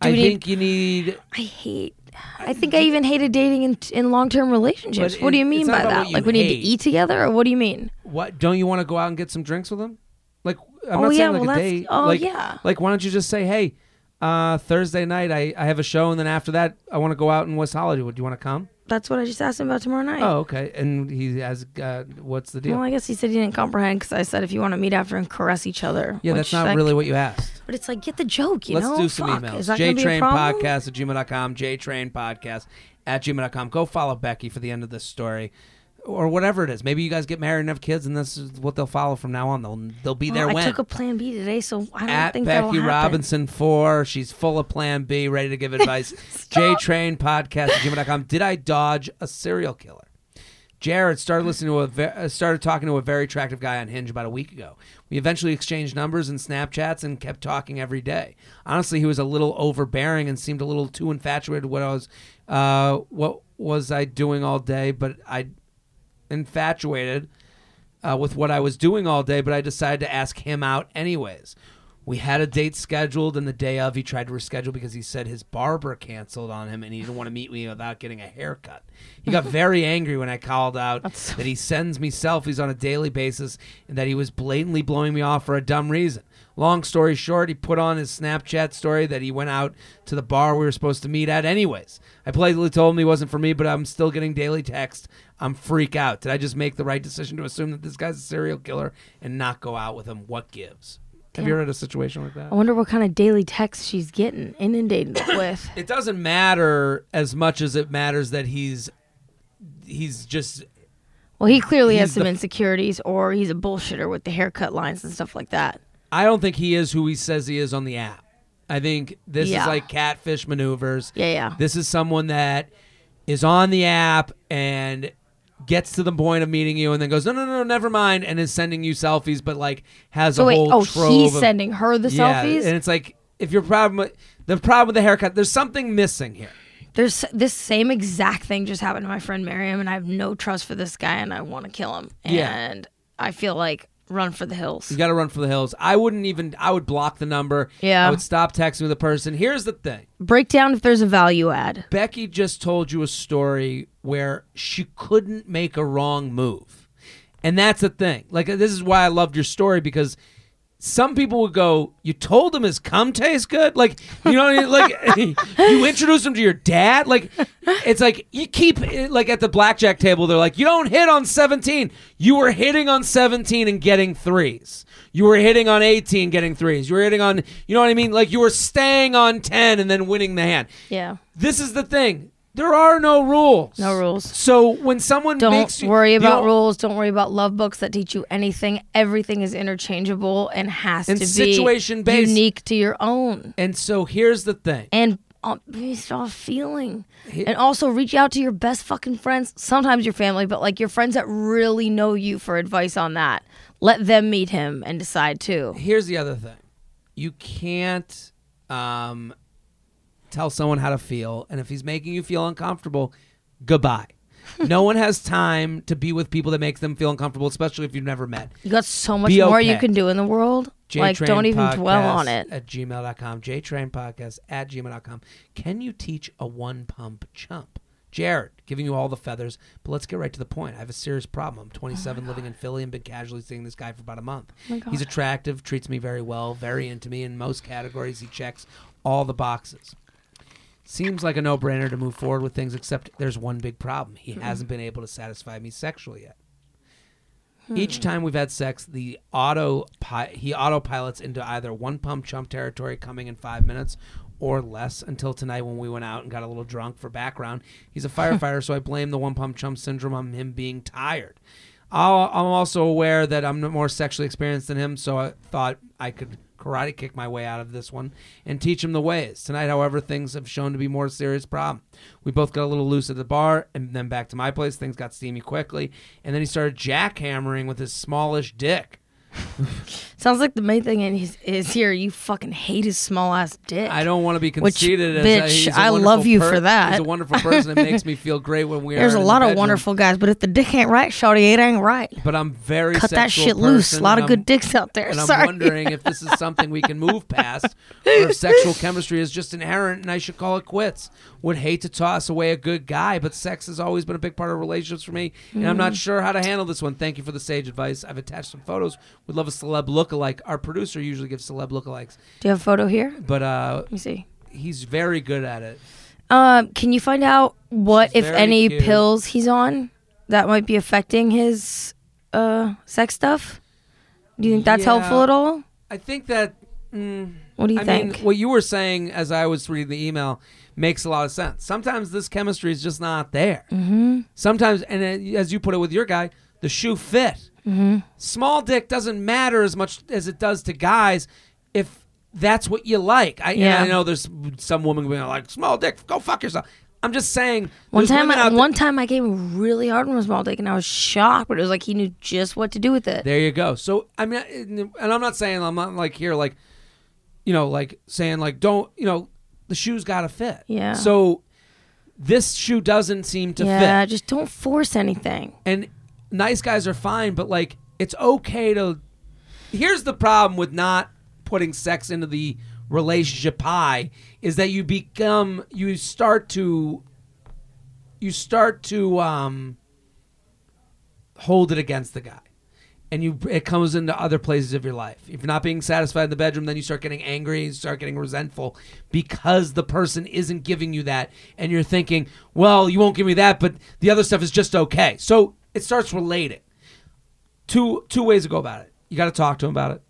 I
we need-
think you need.
I hate. I think I even hated dating in, in long term relationships.
But
What do you
it-
mean
it's not
by
about
that?
what you
Like we need to
hate.
eat together, or what do you mean?
What don't you want to go out and get some drinks with them? Like I'm
Oh,
not
yeah,
saying like
well,
a
that's-
date.
oh,
like,
yeah.
Like why don't you just say, hey, uh, Thursday night I, I have a show, and then after that I want to go out in West Hollywood. Do you want to come?
That's what I just asked him about tomorrow night.
Oh, okay. And he has. Uh, what's the deal?
Well, I guess he said he didn't comprehend because I said if you want to meet after and caress each other.
yeah,
which
that's not
that-
really what you asked.
But it's like get the joke, you
Let's
know.
do some
Fuck,
emails.
Is that gonna be a problem?
JTrainPodcast at gmail.com. JTrainPodcast at gmail.com. Go follow Becky for the end of this story. Or whatever it is. Maybe you guys get married and have kids, and this is what they'll follow from now on. They'll they'll be there
Well,
when.
I took a Plan B today, so I don't
at
think that'll
Becky
happen.
Robinson four. She's full of Plan B, ready
[laughs]
to give advice. JTrainPodcast at gmail.com. Did I dodge a serial killer? Jared started listening to a ve- uh, started talking to a very attractive guy on Hinge about a week ago. We eventually exchanged numbers and Snapchats and kept talking every day. Honestly, he was a little overbearing and seemed a little too infatuated with what I was uh, what was I doing all day, but I infatuated uh, with what I was doing all day, but I decided to ask him out anyways. We had a date scheduled, and the day of, he tried to reschedule because he said his barber canceled on him and he didn't want to meet me without getting a haircut. He got very angry when I called out that he sends me selfies on a daily basis and that he was blatantly blowing me off for a dumb reason. Long story short, he put on his Snapchat story that he went out to the bar we were supposed to meet at, anyways. I politely told him he wasn't for me, but I'm still getting daily texts. I'm freak out. Did I just make the right decision to assume that this guy's a serial killer and not go out with him? What gives? Have you ever had a situation like that?
I wonder what kind of daily texts she's getting inundated [coughs] with.
It doesn't matter as much as it matters that he's he's just
Well, he clearly has
He's
some
the-
insecurities, or he's a bullshitter with the haircut lines and stuff like that.
I don't think he is who he says he is on the app. I think this
Yeah.
is like catfish maneuvers.
Yeah, yeah.
This is someone that is on the app and gets to the point of meeting you and then goes, no, no, no, never mind, and is sending you selfies, but like has
So
a
wait,
whole
oh,
trove
he's
of-
sending her the
yeah,
selfies.
and it's like if your problem, the problem with the haircut, there's something missing here.
There's this same exact thing just happened to my friend Miriam, and I have no trust for this guy, and I want to kill him.
Yeah.
And I feel like run for the hills.
You got to run for the hills. I wouldn't even. I would block the number.
Yeah.
I would stop texting the person. Here's the thing.
Break down if there's a value add.
Becky just told you a story where she couldn't make a wrong move. And that's the thing. Like, this is why I loved your story because some people would go, You told him his cum tastes good? Like, you know, [laughs] what I mean? like you introduced him to your dad? Like, it's like you keep, like, at the blackjack table, they're like, You don't hit on 17. You were hitting on 17 and getting threes. You were hitting on 18, getting threes. You were hitting on, you know what I mean? Like, you were staying on 10 and then winning the hand.
Yeah.
This is the thing. There are no rules.
No rules.
So when someone
Don't
makes you-
worry
you
about
know,
rules. Don't worry about love books that teach you anything. Everything is interchangeable and has
And
to be
situation-based.
unique to your own.
And so here's the thing.
and uh, based off feeling. And also reach out to your best fucking friends, sometimes your family, but like your friends that really know you for advice on that. Let them meet him and decide too.
Here's the other thing. You can't um, tell someone how to feel, and if he's making you feel uncomfortable,
[laughs]
goodbye. no one has time to be with people that make them feel uncomfortable, especially if you've never met.
You got so much
Be
more
okay.
you can do in the world. like don't even dwell on
JTrainPodcast
it.
At gmail.com. JTrainPodcast at gmail.com. Can you teach a one pump chump? Jared, giving you all the feathers, but let's get right to the point. I have a serious problem. I'm
Oh,
27, living in Philly, and been casually seeing this guy for about a month. He's attractive, treats me very well, very into me. In most categories, he checks all the boxes. Seems like a no brainer to move forward with things, except there's one big problem. He hasn't been able to satisfy me sexually yet. Each time we've had sex, the auto he autopilots into either one pump chump territory coming in five minutes or less until tonight when we went out and got a little drunk for background. He's a firefighter, so I blame the one pump chump syndrome on him being tired. I'll, I'm also aware that I'm more sexually experienced than him, so I thought I could karate kick my way out of this one and teach him the ways. Tonight, however, things have shown to be more serious problem. We both got a little loose at the bar, and then back to my place. Things got steamy quickly, and then he started jackhammering with his smallish dick.
Sounds like the main thing in his, is here. You fucking hate his small ass dick.
I don't want to be
Which,
conceited as a,
bitch,
he's a
I
wonderful
love you
per-
for that.
He's a wonderful person. It makes
[laughs]
me feel great when we are.
There's a
in the
lot of
bedroom.
wonderful guys, but if the dick ain't right, shorty, it ain't right.
But I'm very
Cut that
sexual
shit loose. A
person,
lot
and
of good
I'm-
dicks out there.
And I'm
Sorry.
wondering if this is something we can move past, or if sexual chemistry is just inherent and I should call it quits. Would hate to toss away a good guy, but sex has always been a big part of relationships for me, and I'm not sure how to handle this one. Thank you for the sage advice. I've attached some photos. Would love a celeb lookalike. Our producer usually gives celeb lookalikes,
Do you have a photo here?
but uh,
Let me see.
he's very good at it.
Um, can you find out what,
She's
if
very
any,
cute.
pills he's on that might be affecting his uh, sex stuff? Do you think that's
Yeah.
helpful at all?
I think that. Mm,
What do you
I
think?
mean, what you were saying as I was reading the email makes a lot of sense. Sometimes this chemistry is just not there. Mm-hmm. Sometimes, and uh, as you put it with your guy, the shoe fit. Mm-hmm. Small dick doesn't matter as much as it does to guys if that's what you like. I, and
Yeah.
I know there's some woman being like, small dick, go fuck yourself. I'm just saying.
one
there's
time,
women
I,
out there-
one time I gave him really hard on a small dick, and I was shocked, but it was like he knew just what to do with it.
There you go. So I mean, and I'm not saying I'm not like here, like, you know, like saying like don't, you know, the shoe's got to fit.
Yeah.
So this shoe doesn't seem to
yeah,
fit,
just don't force anything.
and nice guys are fine, but like it's okay to. Here's the problem with not putting sex into the relationship pie is that you become you start to you start to um hold it against the guy and you it comes into other places of your life if you're not being satisfied in the bedroom then you start getting angry you start getting resentful because the person isn't giving you that and you're thinking well you won't give me that but the other stuff is just okay so it starts relating two two ways to go about it you got to talk to him about it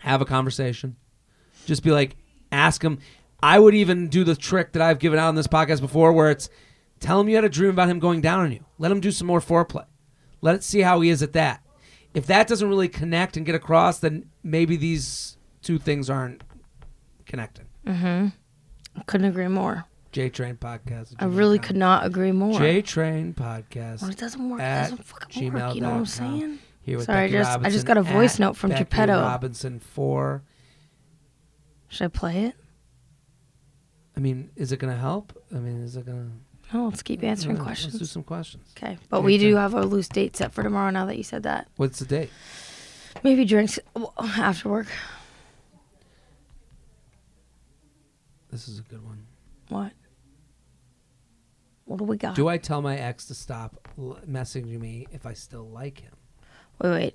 have a conversation just be like ask him i would even do the trick that i've given out on this podcast before where it's tell him you had a dream about him going down on you let him do some more foreplay let it see how he is at that if that doesn't really connect and get across then maybe these two things aren't connected Mm-hmm.
Couldn't agree more.
j train podcast
I really could not agree more.
j train podcast
Well, it doesn't work. It
at
doesn't fucking work. You know what I'm
gmail.com.
saying?
Here with
Sorry, I
Becky
just- I
Robinson
just got a voice
at
note from
Becky
Geppetto.
Robinson for
Should I play it?
I mean, is it going to help? I mean, is it going to
No, let's keep answering
Uh,
questions.
Let's do some questions.
Okay, but
Okay,
we do
okay.
have a loose date set for tomorrow. Now that you said that,
What's the date?
maybe drinks well, [laughs] after work.
This is a good one.
What? What do we got?
Do I tell my ex to stop l- messaging me if I still like him?
wait, wait.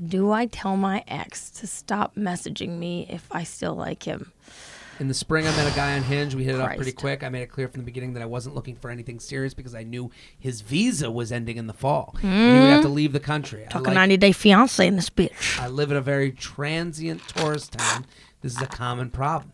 Do I tell my ex to stop messaging me if I still like him?
In the spring, I met a guy on Hinge. We hit it off pretty
Christ.
quick. I made it clear from the beginning that I wasn't looking for anything serious because I knew his visa was ending in the fall. And he would have to leave the country. I
Hmm. Talking
like-
90 Day Fiance in this bitch.
I live in a very transient tourist town. This is a common problem.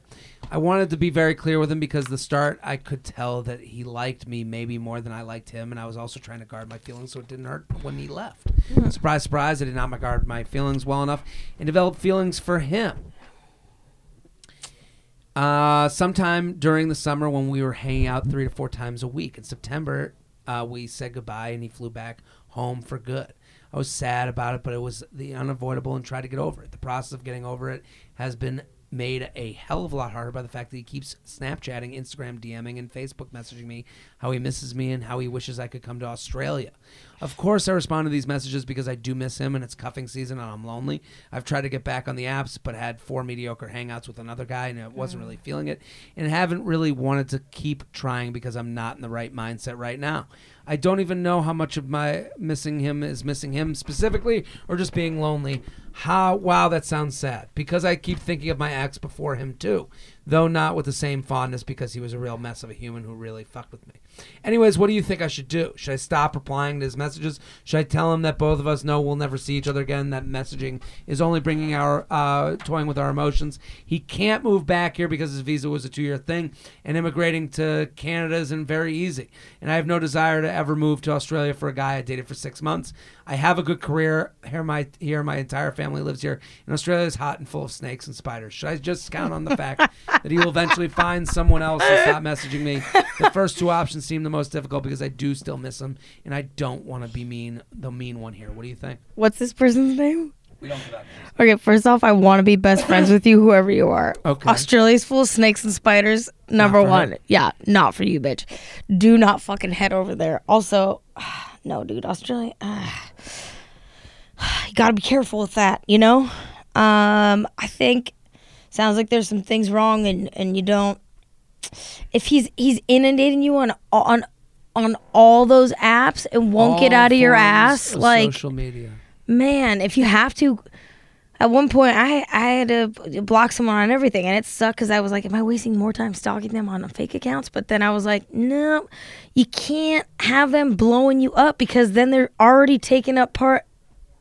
I wanted to be very clear with him because the start I could tell that he liked me maybe more than I liked him, and I was also trying to guard my feelings so it didn't hurt when he left.
Hmm.
Surprise, surprise! I did not guard my feelings well enough and developed feelings for him. Uh, sometime during the summer when we were hanging out three to four times a week. In September, uh, we said goodbye and he flew back home for good. I was sad about it, but it was the unavoidable and tried to get over it. The process of getting over it has been made a hell of a lot harder by the fact that he keeps Snapchatting, Instagram DMing, and Facebook messaging me how he misses me and how he wishes I could come to Australia. Of course, I respond to these messages because I do miss him and it's cuffing season and I'm lonely. I've tried to get back on the apps, but had four mediocre hangouts with another guy and I wasn't really feeling it and haven't really wanted to keep trying because I'm not in the right mindset right now. I don't even know how much of my missing him is missing him specifically or just being lonely. How wow, that sounds sad because I keep thinking of my ex before him too. though not with the same fondness because he was a real mess of a human who really fucked with me. Anyways, what do you think I should do? Should I stop replying to his messages? Should I tell him that both of us know we'll never see each other again? That messaging is only bringing our uh, toying with our emotions. He can't move back here because his visa was a two-year thing, and immigrating to Canada isn't very easy. And I have no desire to ever move to Australia for a guy I dated for six months. I have a good career here. My here, my entire family lives here, and Australia is hot and full of snakes and spiders. Should I just count on the
[laughs]
fact that he will eventually find someone else to stop messaging me? The first two options seem the most difficult because I do still miss him, and I don't want to be mean, the mean one here. What do you think?
What's this person's name?
We don't do that.
Okay, first off, I want to be best friends with you, whoever you are.
Okay.
Australia's full of snakes and spiders. Number
for her.
one. Yeah, not for you, bitch. Do not fucking head over there. Also, [sighs] no, dude, Australia. [sighs] ah. you gotta be careful with that, you know? Um, I think sounds like there's some things wrong and, and you don't if he's he's inundating you on on on all those apps and won't get out of your ass like
social media.
man, if you have to, at one point I I had to block someone on everything, and it sucked because I was like, am I wasting more time stalking them on fake accounts? But then I was like, no, you can't have them blowing you up because then they're already taking up part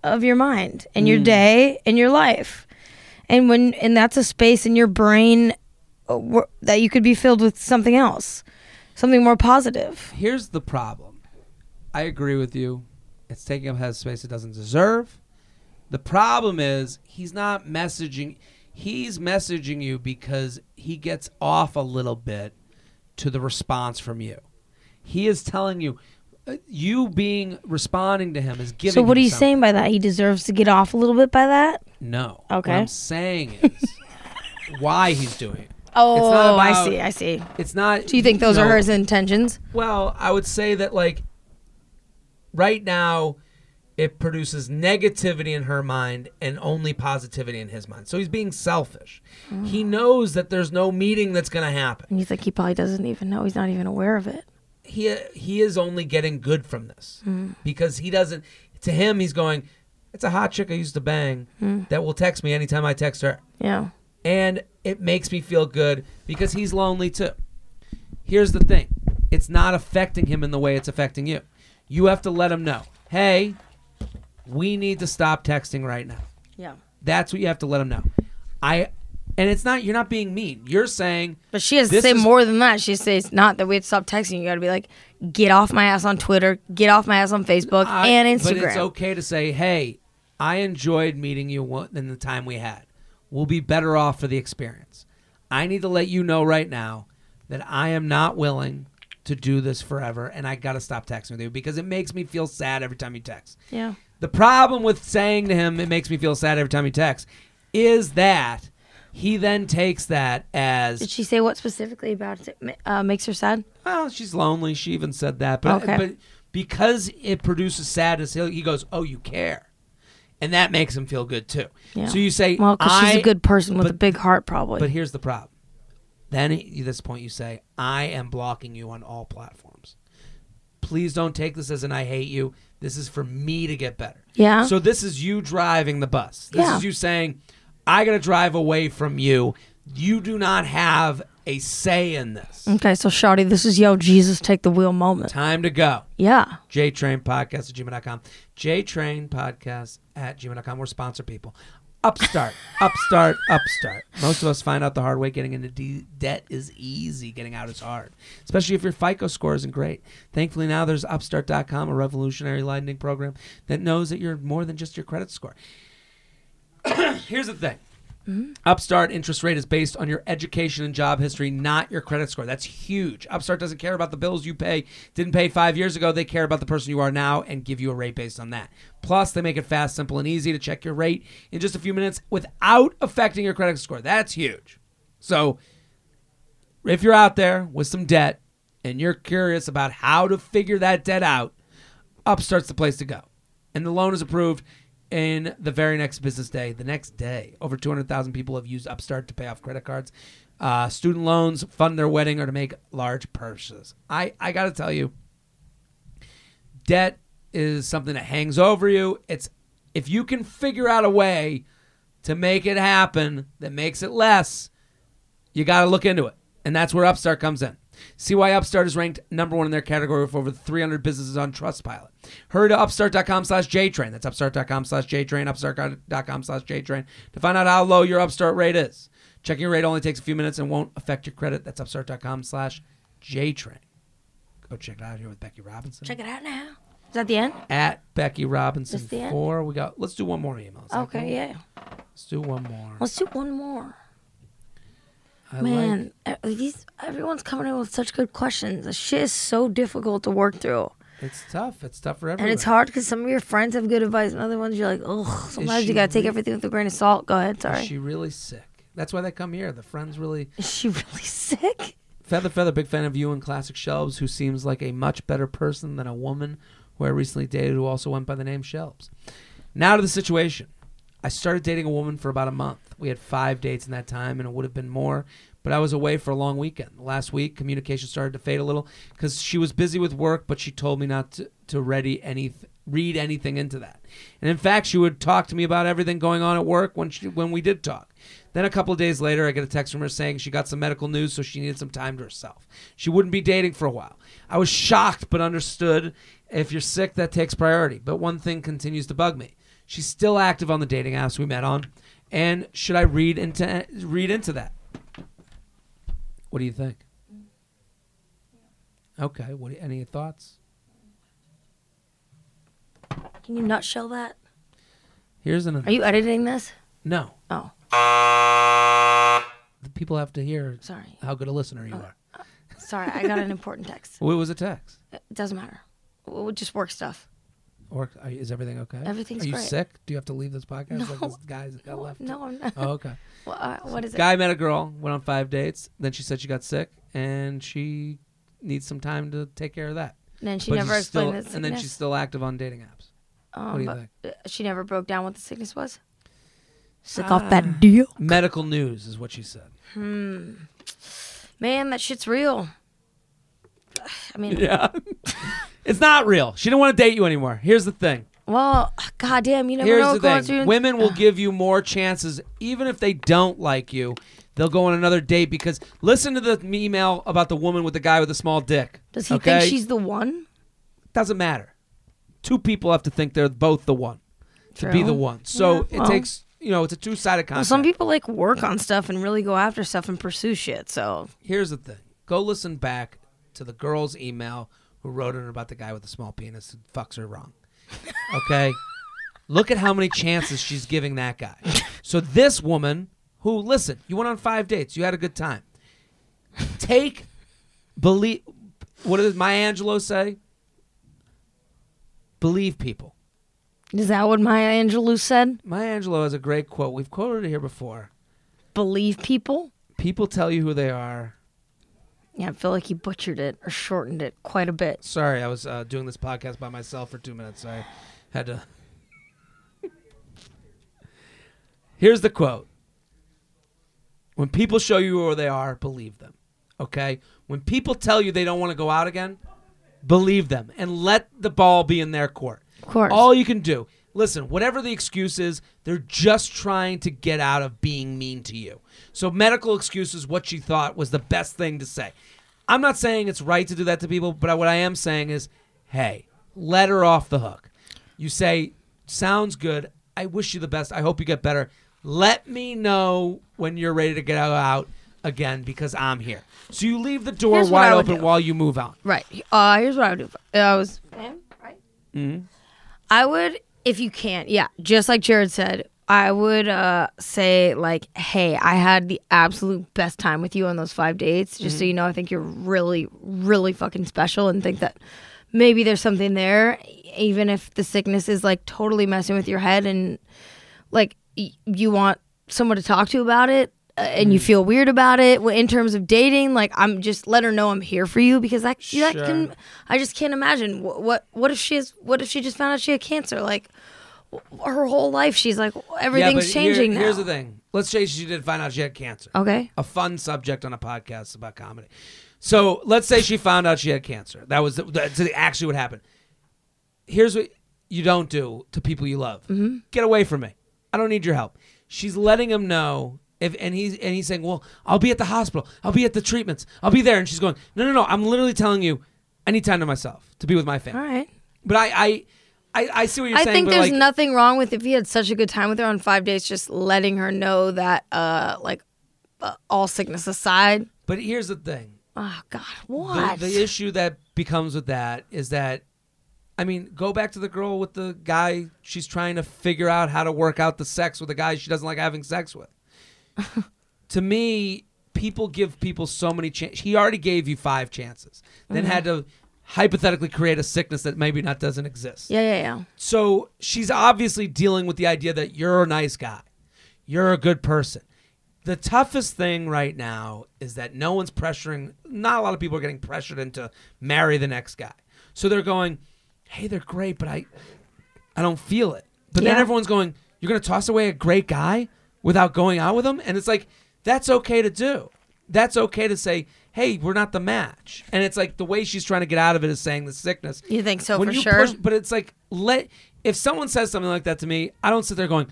of your mind and your day and your life, and when and that's a space in your brain uh, wh- that you could be filled with something else, something more positive.
Here's the problem. I agree with you. It's taking up headspace it doesn't deserve. The problem is he's not messaging. He's messaging you because he gets off a little bit to the response from you. He is telling you, uh, you being responding to him is giving.
So what
him
are you
something.
saying by that? He deserves to get off a little bit by that.
No.
Okay.
What I'm saying
[laughs]
is why he's doing it. It's not
Oh, I
about-
see. I see.
It's not.
Do you think those
No.
are his intentions?
Well, I would say that like right now it produces negativity in her mind and only positivity in his mind. So he's being selfish. He knows that there's no meeting that's going to happen.
And you think he probably doesn't even know. He's not even aware of it.
He he is only getting good from this because he doesn't to him he's going it's a hot chick I used to bang that will text me anytime I text her.
Yeah.
and it makes me feel good because he's lonely too. Here's the thing it's not affecting him in the way it's affecting you. You have to let him know hey, we need to stop texting right now.
Yeah.
That's what you have to let him know. I, and it's not, you're not being mean. You're saying,
But she has to
This
say
is-
more than that. She says not that we had stopped texting. You got to be like, get off my ass on Twitter, get off my ass on Facebook
I-
and Instagram.
But it's okay to say, hey, I enjoyed meeting you one- in the time we had. We'll be better off for the experience. I need to let you know right now that I am not willing to do this forever, and I got to stop texting with you because it makes me feel sad every time you text.
Yeah.
The problem with saying to him, it makes me feel sad every time you text, is that he then takes that as
Did she say what specifically about it ma- uh, makes her sad?
well, she's lonely. She even said that, but
Okay.
but because it produces sadness, he'll- he goes, "Oh, you care," and that makes him feel good too.
Yeah.
So you say,
Well, because she's
"I-"
a good person with
but-
a big heart, probably.
But here's the problem. Then at this point, you say, "I am blocking you on all platforms." Please don't take this as an "I hate you." This is for me to get better.
Yeah.
So this is you driving the bus. This
Yeah.
is you saying, "I gotta drive away from you. You do not have a say in this.
okay, so Shawty, this is yo Jesus take the wheel moment.
Time to go."
Yeah.
jtrainpodcast at gmail.com. jtrainpodcast at gmail.com. We're sponsor people. Upstart, upstart, upstart. Most of us find out the hard way getting into de- debt is easy. Getting out is hard, especially if your FICO score isn't great. Thankfully, now there's upstart.com, a revolutionary lending program that knows that you're more than just your credit score. [coughs] Here's the thing. Upstart interest rate is based on your education and job history, not your credit score. That's huge. Upstart doesn't care about the bills you pay, didn't pay five years ago. They care about the person you are now and give you a rate based on that. Plus, they make it fast, simple, and easy to check your rate in just a few minutes without affecting your credit score. That's huge. So, if you're out there with some debt and you're curious about how to figure that debt out, Upstart's the place to go. And the loan is approved in the very next business day. The next day, over 200,000 people have used Upstart to pay off credit cards, uh, student loans, fund their wedding, or to make large purchases. I, I got to tell you, debt is something that hangs over you. It's if you can figure out a way to make it happen that makes it less, You got to look into it. And that's where Upstart comes in. See why Upstart is ranked number one in their category with over 300 businesses on Trustpilot. Hurry to upstart.com slash JTrain. That's upstart.com slash JTrain, upstart.com slash JTrain to find out how low your Upstart rate is. Checking your rate only takes a few minutes and won't affect your credit. That's upstart.com slash JTrain. Go check it out here with Becky Robinson.
Check it out now. Is that the end?
At Becky Robinson
That's the end?
4. We got, let's do one more email. Is that
Okay, yeah.
Let's do one more.
Let's do one more.
I like-
Man, e- these everyone's coming in with such good questions. The shit is so difficult to work through,
it's tough. It's tough for everyone.
and it's hard because some of your friends have good advice, and other ones you're like, oh, sometimes
she
you gotta take
re-
everything with a grain of salt. Go ahead, sorry.
Is she really sick? That's why they come here. The friends really.
is she [laughs] really sick?
Feather Feather, big fan of you and Classic Shelves, who seems like a much better person than a woman who I recently dated who also went by the name Shelves. Now to the situation. I started dating a woman for about a month. We had five dates in that time, and it would have been more, but I was away for a long weekend. Last week, communication started to fade a little because she was busy with work, but she told me not to, to ready any, read anything into that. And in fact, she would talk to me about everything going on at work when, she, when we did talk. Then a couple of days later, I get a text from her saying she got some medical news, so she needed some time to herself. She wouldn't be dating for a while. I was shocked, but understood if you're sick, that takes priority. But one thing continues to bug me: she's still active on the dating apps we met on, and should I read into read into that? What do you think? Okay. What? do- Any thoughts?
Can you nutshell that?
Here's
Are
an
you editing this?
no.
Oh,
The people have to hear
sorry,
how good a listener
Oh.
you are.
sorry. I got an important text.
What was a text?
[laughs] It doesn't matter. W- Just work stuff.
Or are- is everything okay?
Everything's
Are you
great.
sick? Do you have to leave this podcast? Like
No.
this guy's got left.
No, I'm not. [laughs]
Oh, okay.
Well, uh, what is it?
Guy met a girl, went on five dates. Then she said she got sick, and she needs some time to take care of that.
And then she
But
never
she's still-
explained Um, this.
And then she's still active on dating apps. what do you think?
uh, she never broke down what the sickness was. Sick
Ah.
off that deal.
Medical news is what she said.
Hmm. Man, that shit's real. I mean,
Yeah. [laughs] it's not real. She didn't want to date you anymore. Here's the thing.
well, goddamn, you never know
Here's
what's
the
going
thing.
through.
Women will give you more chances, even if they don't like you. They'll go on another date because listen to the email about the woman with the guy with the small dick.
Does he
okay?
think she's the one?
doesn't matter. Two people have to think they're both the one to be
True.
the one. So it
well.
takes you know it's a two sided
Well,
contract.
some people like work on stuff and really go after stuff and pursue shit. So
Here's the thing: go listen back to the girl's email who wrote in about the guy with the small penis who fucks her wrong. Okay, look at how many chances she's giving that guy. So this woman, who listen, you went on five dates, you had a good time. Take, believe. What does Maya Angelou say? Believe people.
is that what Maya Angelou said?
Maya Angelou has a great quote. We've quoted it here before.
Believe people.
People tell you who they are.
Yeah, I feel like he butchered it or shortened it quite a bit.
Sorry, I was uh, doing this podcast by myself for two minutes. I had to. [laughs] Here's the quote When people show you who they are, believe them. Okay? When people tell you they don't want to go out again, believe them and let the ball be in their court.
Of course.
All you can do. Listen, whatever the excuse is, they're just trying to get out of being mean to you. So medical excuse is what you thought was the best thing to say. I'm not saying it's right to do that to people, but I- what I am saying is, hey, let her off the hook. You say, sounds good. I wish you the best. I hope you get better. Let me know when you're ready to get out again because I'm here. So you leave the door
Here's what
wide
I would
open
do.
while you move out.
Right. Uh, here's what I would do. Uh, I was right. I would, if you can't, yeah. Just like Jared said, I would uh, say like, "Hey, I had the absolute best time with you on those five dates. Just so you know, I think you're really, really fucking special, and think that maybe there's something there, even if the sickness is like totally messing with your head and like y- you want someone to talk to about it uh, and
Mm.
you feel weird about it Well, in terms of dating like i'm just let her know i'm here for you because that, that
Sure.
can i just can't imagine what, what what if she has what if she just found out she had cancer like w- her whole life she's like everything's
but here-
changing now
Here's the thing. Let's say she did find out she had cancer.
okay
a fun subject on a podcast about comedy. So let's say she found out she had cancer. That was that's actually what happened. Here's what you don't
Mm-hmm.
do to people you love. Get away from me. I don't need your help. She's letting him know If and he's and he's saying, "Well, I'll be at the hospital. I'll be at the treatments. I'll be there." And she's going, "No, no, no. I'm literally telling you, I need time to myself to be with my family."
All right.
But I, I, I, I see what you're
I
saying.
think
but
there's
like,
nothing wrong with if he had such a good time with her on five days, just letting her know that, uh, like, uh, all sickness aside.
But here's the thing:
Oh God,
The-
what?
The, issue that becomes with that is that, I mean, go back to the girl with the guy. She's trying to figure out how to work out the sex with a guy she doesn't like having sex with. to me, people give people so many chances. He already gave you five chances, then had to hypothetically create a sickness that maybe not doesn't exist.
yeah, yeah, yeah.
So she's obviously dealing with the idea that you're a nice guy, you're a good person. The toughest thing right now is that no one's pressuring, not a lot of people are getting pressured into marry the next guy. So they're going, hey, they're great, but I, I don't feel it. But then
Yeah.
everyone's going, you're going to toss away a great guy without going out with him? And it's like, that's okay to do. That's okay to say, hey, we're not the match. And it's like the way she's trying to get out of it is saying the sickness.
You think so
When
for
you
sure?
push- but it's like let if someone says something like that to me, I don't sit there going,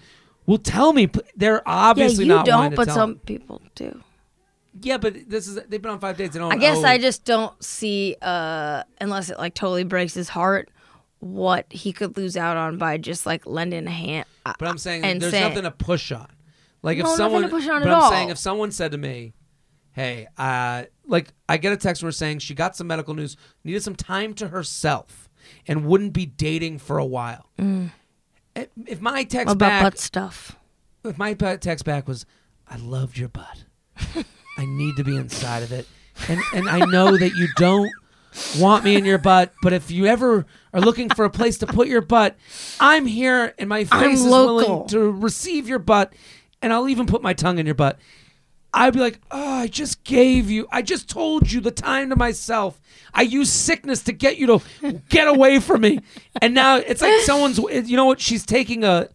"Well, tell me." pl-" They're
yeah,
obviously
you
not wanting
don't,
to
but
tell
some
me.
people do.
Yeah, but this is they've been on five dates. They don't.
I guess
know.
I just don't see, uh, unless it like totally breaks his heart, what he could lose out on by just like lending a hand. I-
But I'm saying
and
there's
say-
nothing to push on. Like if
No, nothing
someone,
to push on
but
at
I'm
all.
saying if someone said to me, "Hey, uh, like I get a text from her saying she got some medical news, needed some time to herself, and wouldn't be dating for a while." If- If my text
Mm. about
back,
butt stuff.
if my pa- text back was, "I loved your butt. I need to be inside of it, and and I know that you don't want me in your butt. But if you ever are looking for a place to put your butt, I'm here, and my face
I'm
is willing
local.
to receive your butt, and I'll even put my tongue in your butt." I'd be like, oh, I just gave you, I just told you the time to myself. I used sickness to get you to get away from me. And now it's like someone's, you know what? She's taking a,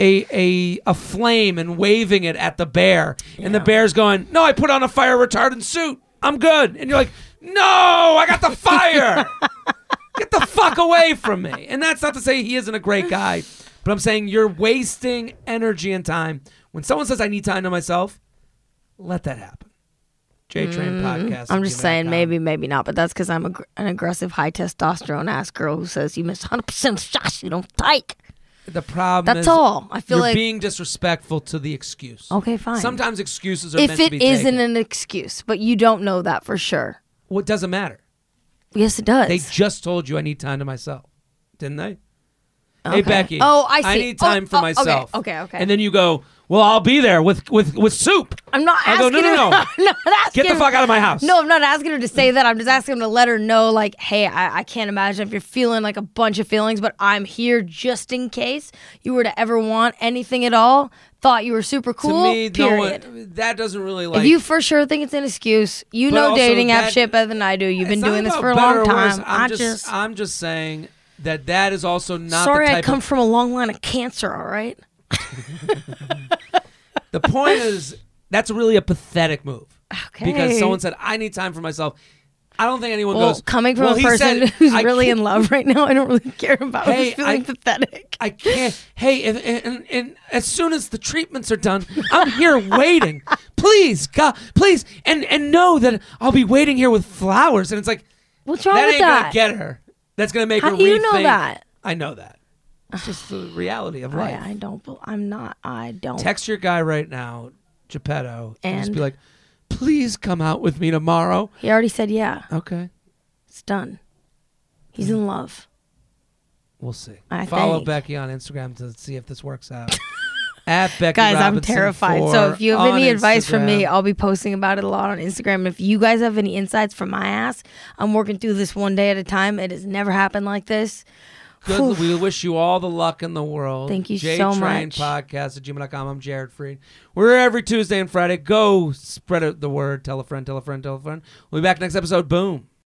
a, a, a flame and waving it at the bear. And the bear's going, no, I put on a fire retardant suit. I'm good. And you're like, no, I got the
[laughs]
fire. get the fuck away from me. And that's not to say he isn't a great guy, but I'm saying you're wasting energy and time. When someone says, I need time to myself, let that happen. J Train Podcast.
Mm, I'm
at
just
gmail.com.
saying, maybe, maybe not, but that's because I'm a, gr- an aggressive, high testosterone ass girl who says you miss 100% of shots you don't take.
The problem
That's
is
all. I feel
you're
like-
being disrespectful to the excuse.
Okay, fine.
Sometimes excuses are
if
meant to
it
be
isn't
taken.
an excuse, but you don't know that for sure.
What doesn't matter?
Yes, it does.
They just told you I need time to myself, didn't they? Hey
Okay.
Becky.
Oh, I see.
need time
Oh,
for
oh, okay,
myself.
okay, okay.
And then you go, well, I'll be there with with with soup.
I'm not
I
asking
go, no, no,
her.
no.
[laughs] I'm not asking
Get the
her-
fuck out of my house.
No, I'm not asking her to say that. I'm just asking her to let her know, like, hey, I, I can't imagine if you're feeling like a bunch of feelings, but I'm here just in case you were to ever want anything at all. Thought you were super cool.
to me,
period.
no one, that doesn't really like.
if you for sure think it's an excuse, you
But
know
also
dating app
that-
shit better than I do. You've been
It's not
doing this
about
for a
better
long
or worse.
time.
I'm
I
just,
just,
I'm just saying that that is also not
sorry
the
I
type
come
of,
from a long line of cancer, all right?
the point is that's really a pathetic move because
Okay.
someone said I need time for myself. I don't think anyone
Well,
goes
coming from
"Well,
a
he
person
said,
[laughs] who's
I
really
can't-
in love right now, I don't really care about.
Hey,
I'm just feeling
I-
pathetic.
I can't. Hey, and, and, and, and as soon as the treatments are done, I'm here waiting. Please, God, please, and and know that I'll be waiting here with flowers. And it's like,
What's wrong
that
with
ain't
that?
gonna get her. That's gonna make
How
her.
do you know
rethink-
that? Oh,
I know that. It's just the reality
[sighs]
of life.
I, I don't. bel- I'm not. I don't.
Text your guy right now, Geppetto, and, just
And?
be like, "Please come out with me tomorrow."
he already said yeah.
Okay,
It's done. He's in love.
we'll see.
I
Follow
think.
Becky on Instagram to see if this works
[laughs]
out. At Becky
Guys, I'm
Robinson
terrified. So
four
if you have
on
any advice for me,
Instagram.
I'll be posting about it a lot on Instagram. If you guys have any insights from my ass, I'm working through this one day at a time. It has never happened like this.
Good, we wish you all the luck in the world.
Thank you
J
so
Train
much.
Podcast at gmail.com. I'm Jared Freed. We're here every Tuesday and Friday. Go spread out the word. Tell a friend, tell a friend, tell a friend. We'll be back next episode. Boom.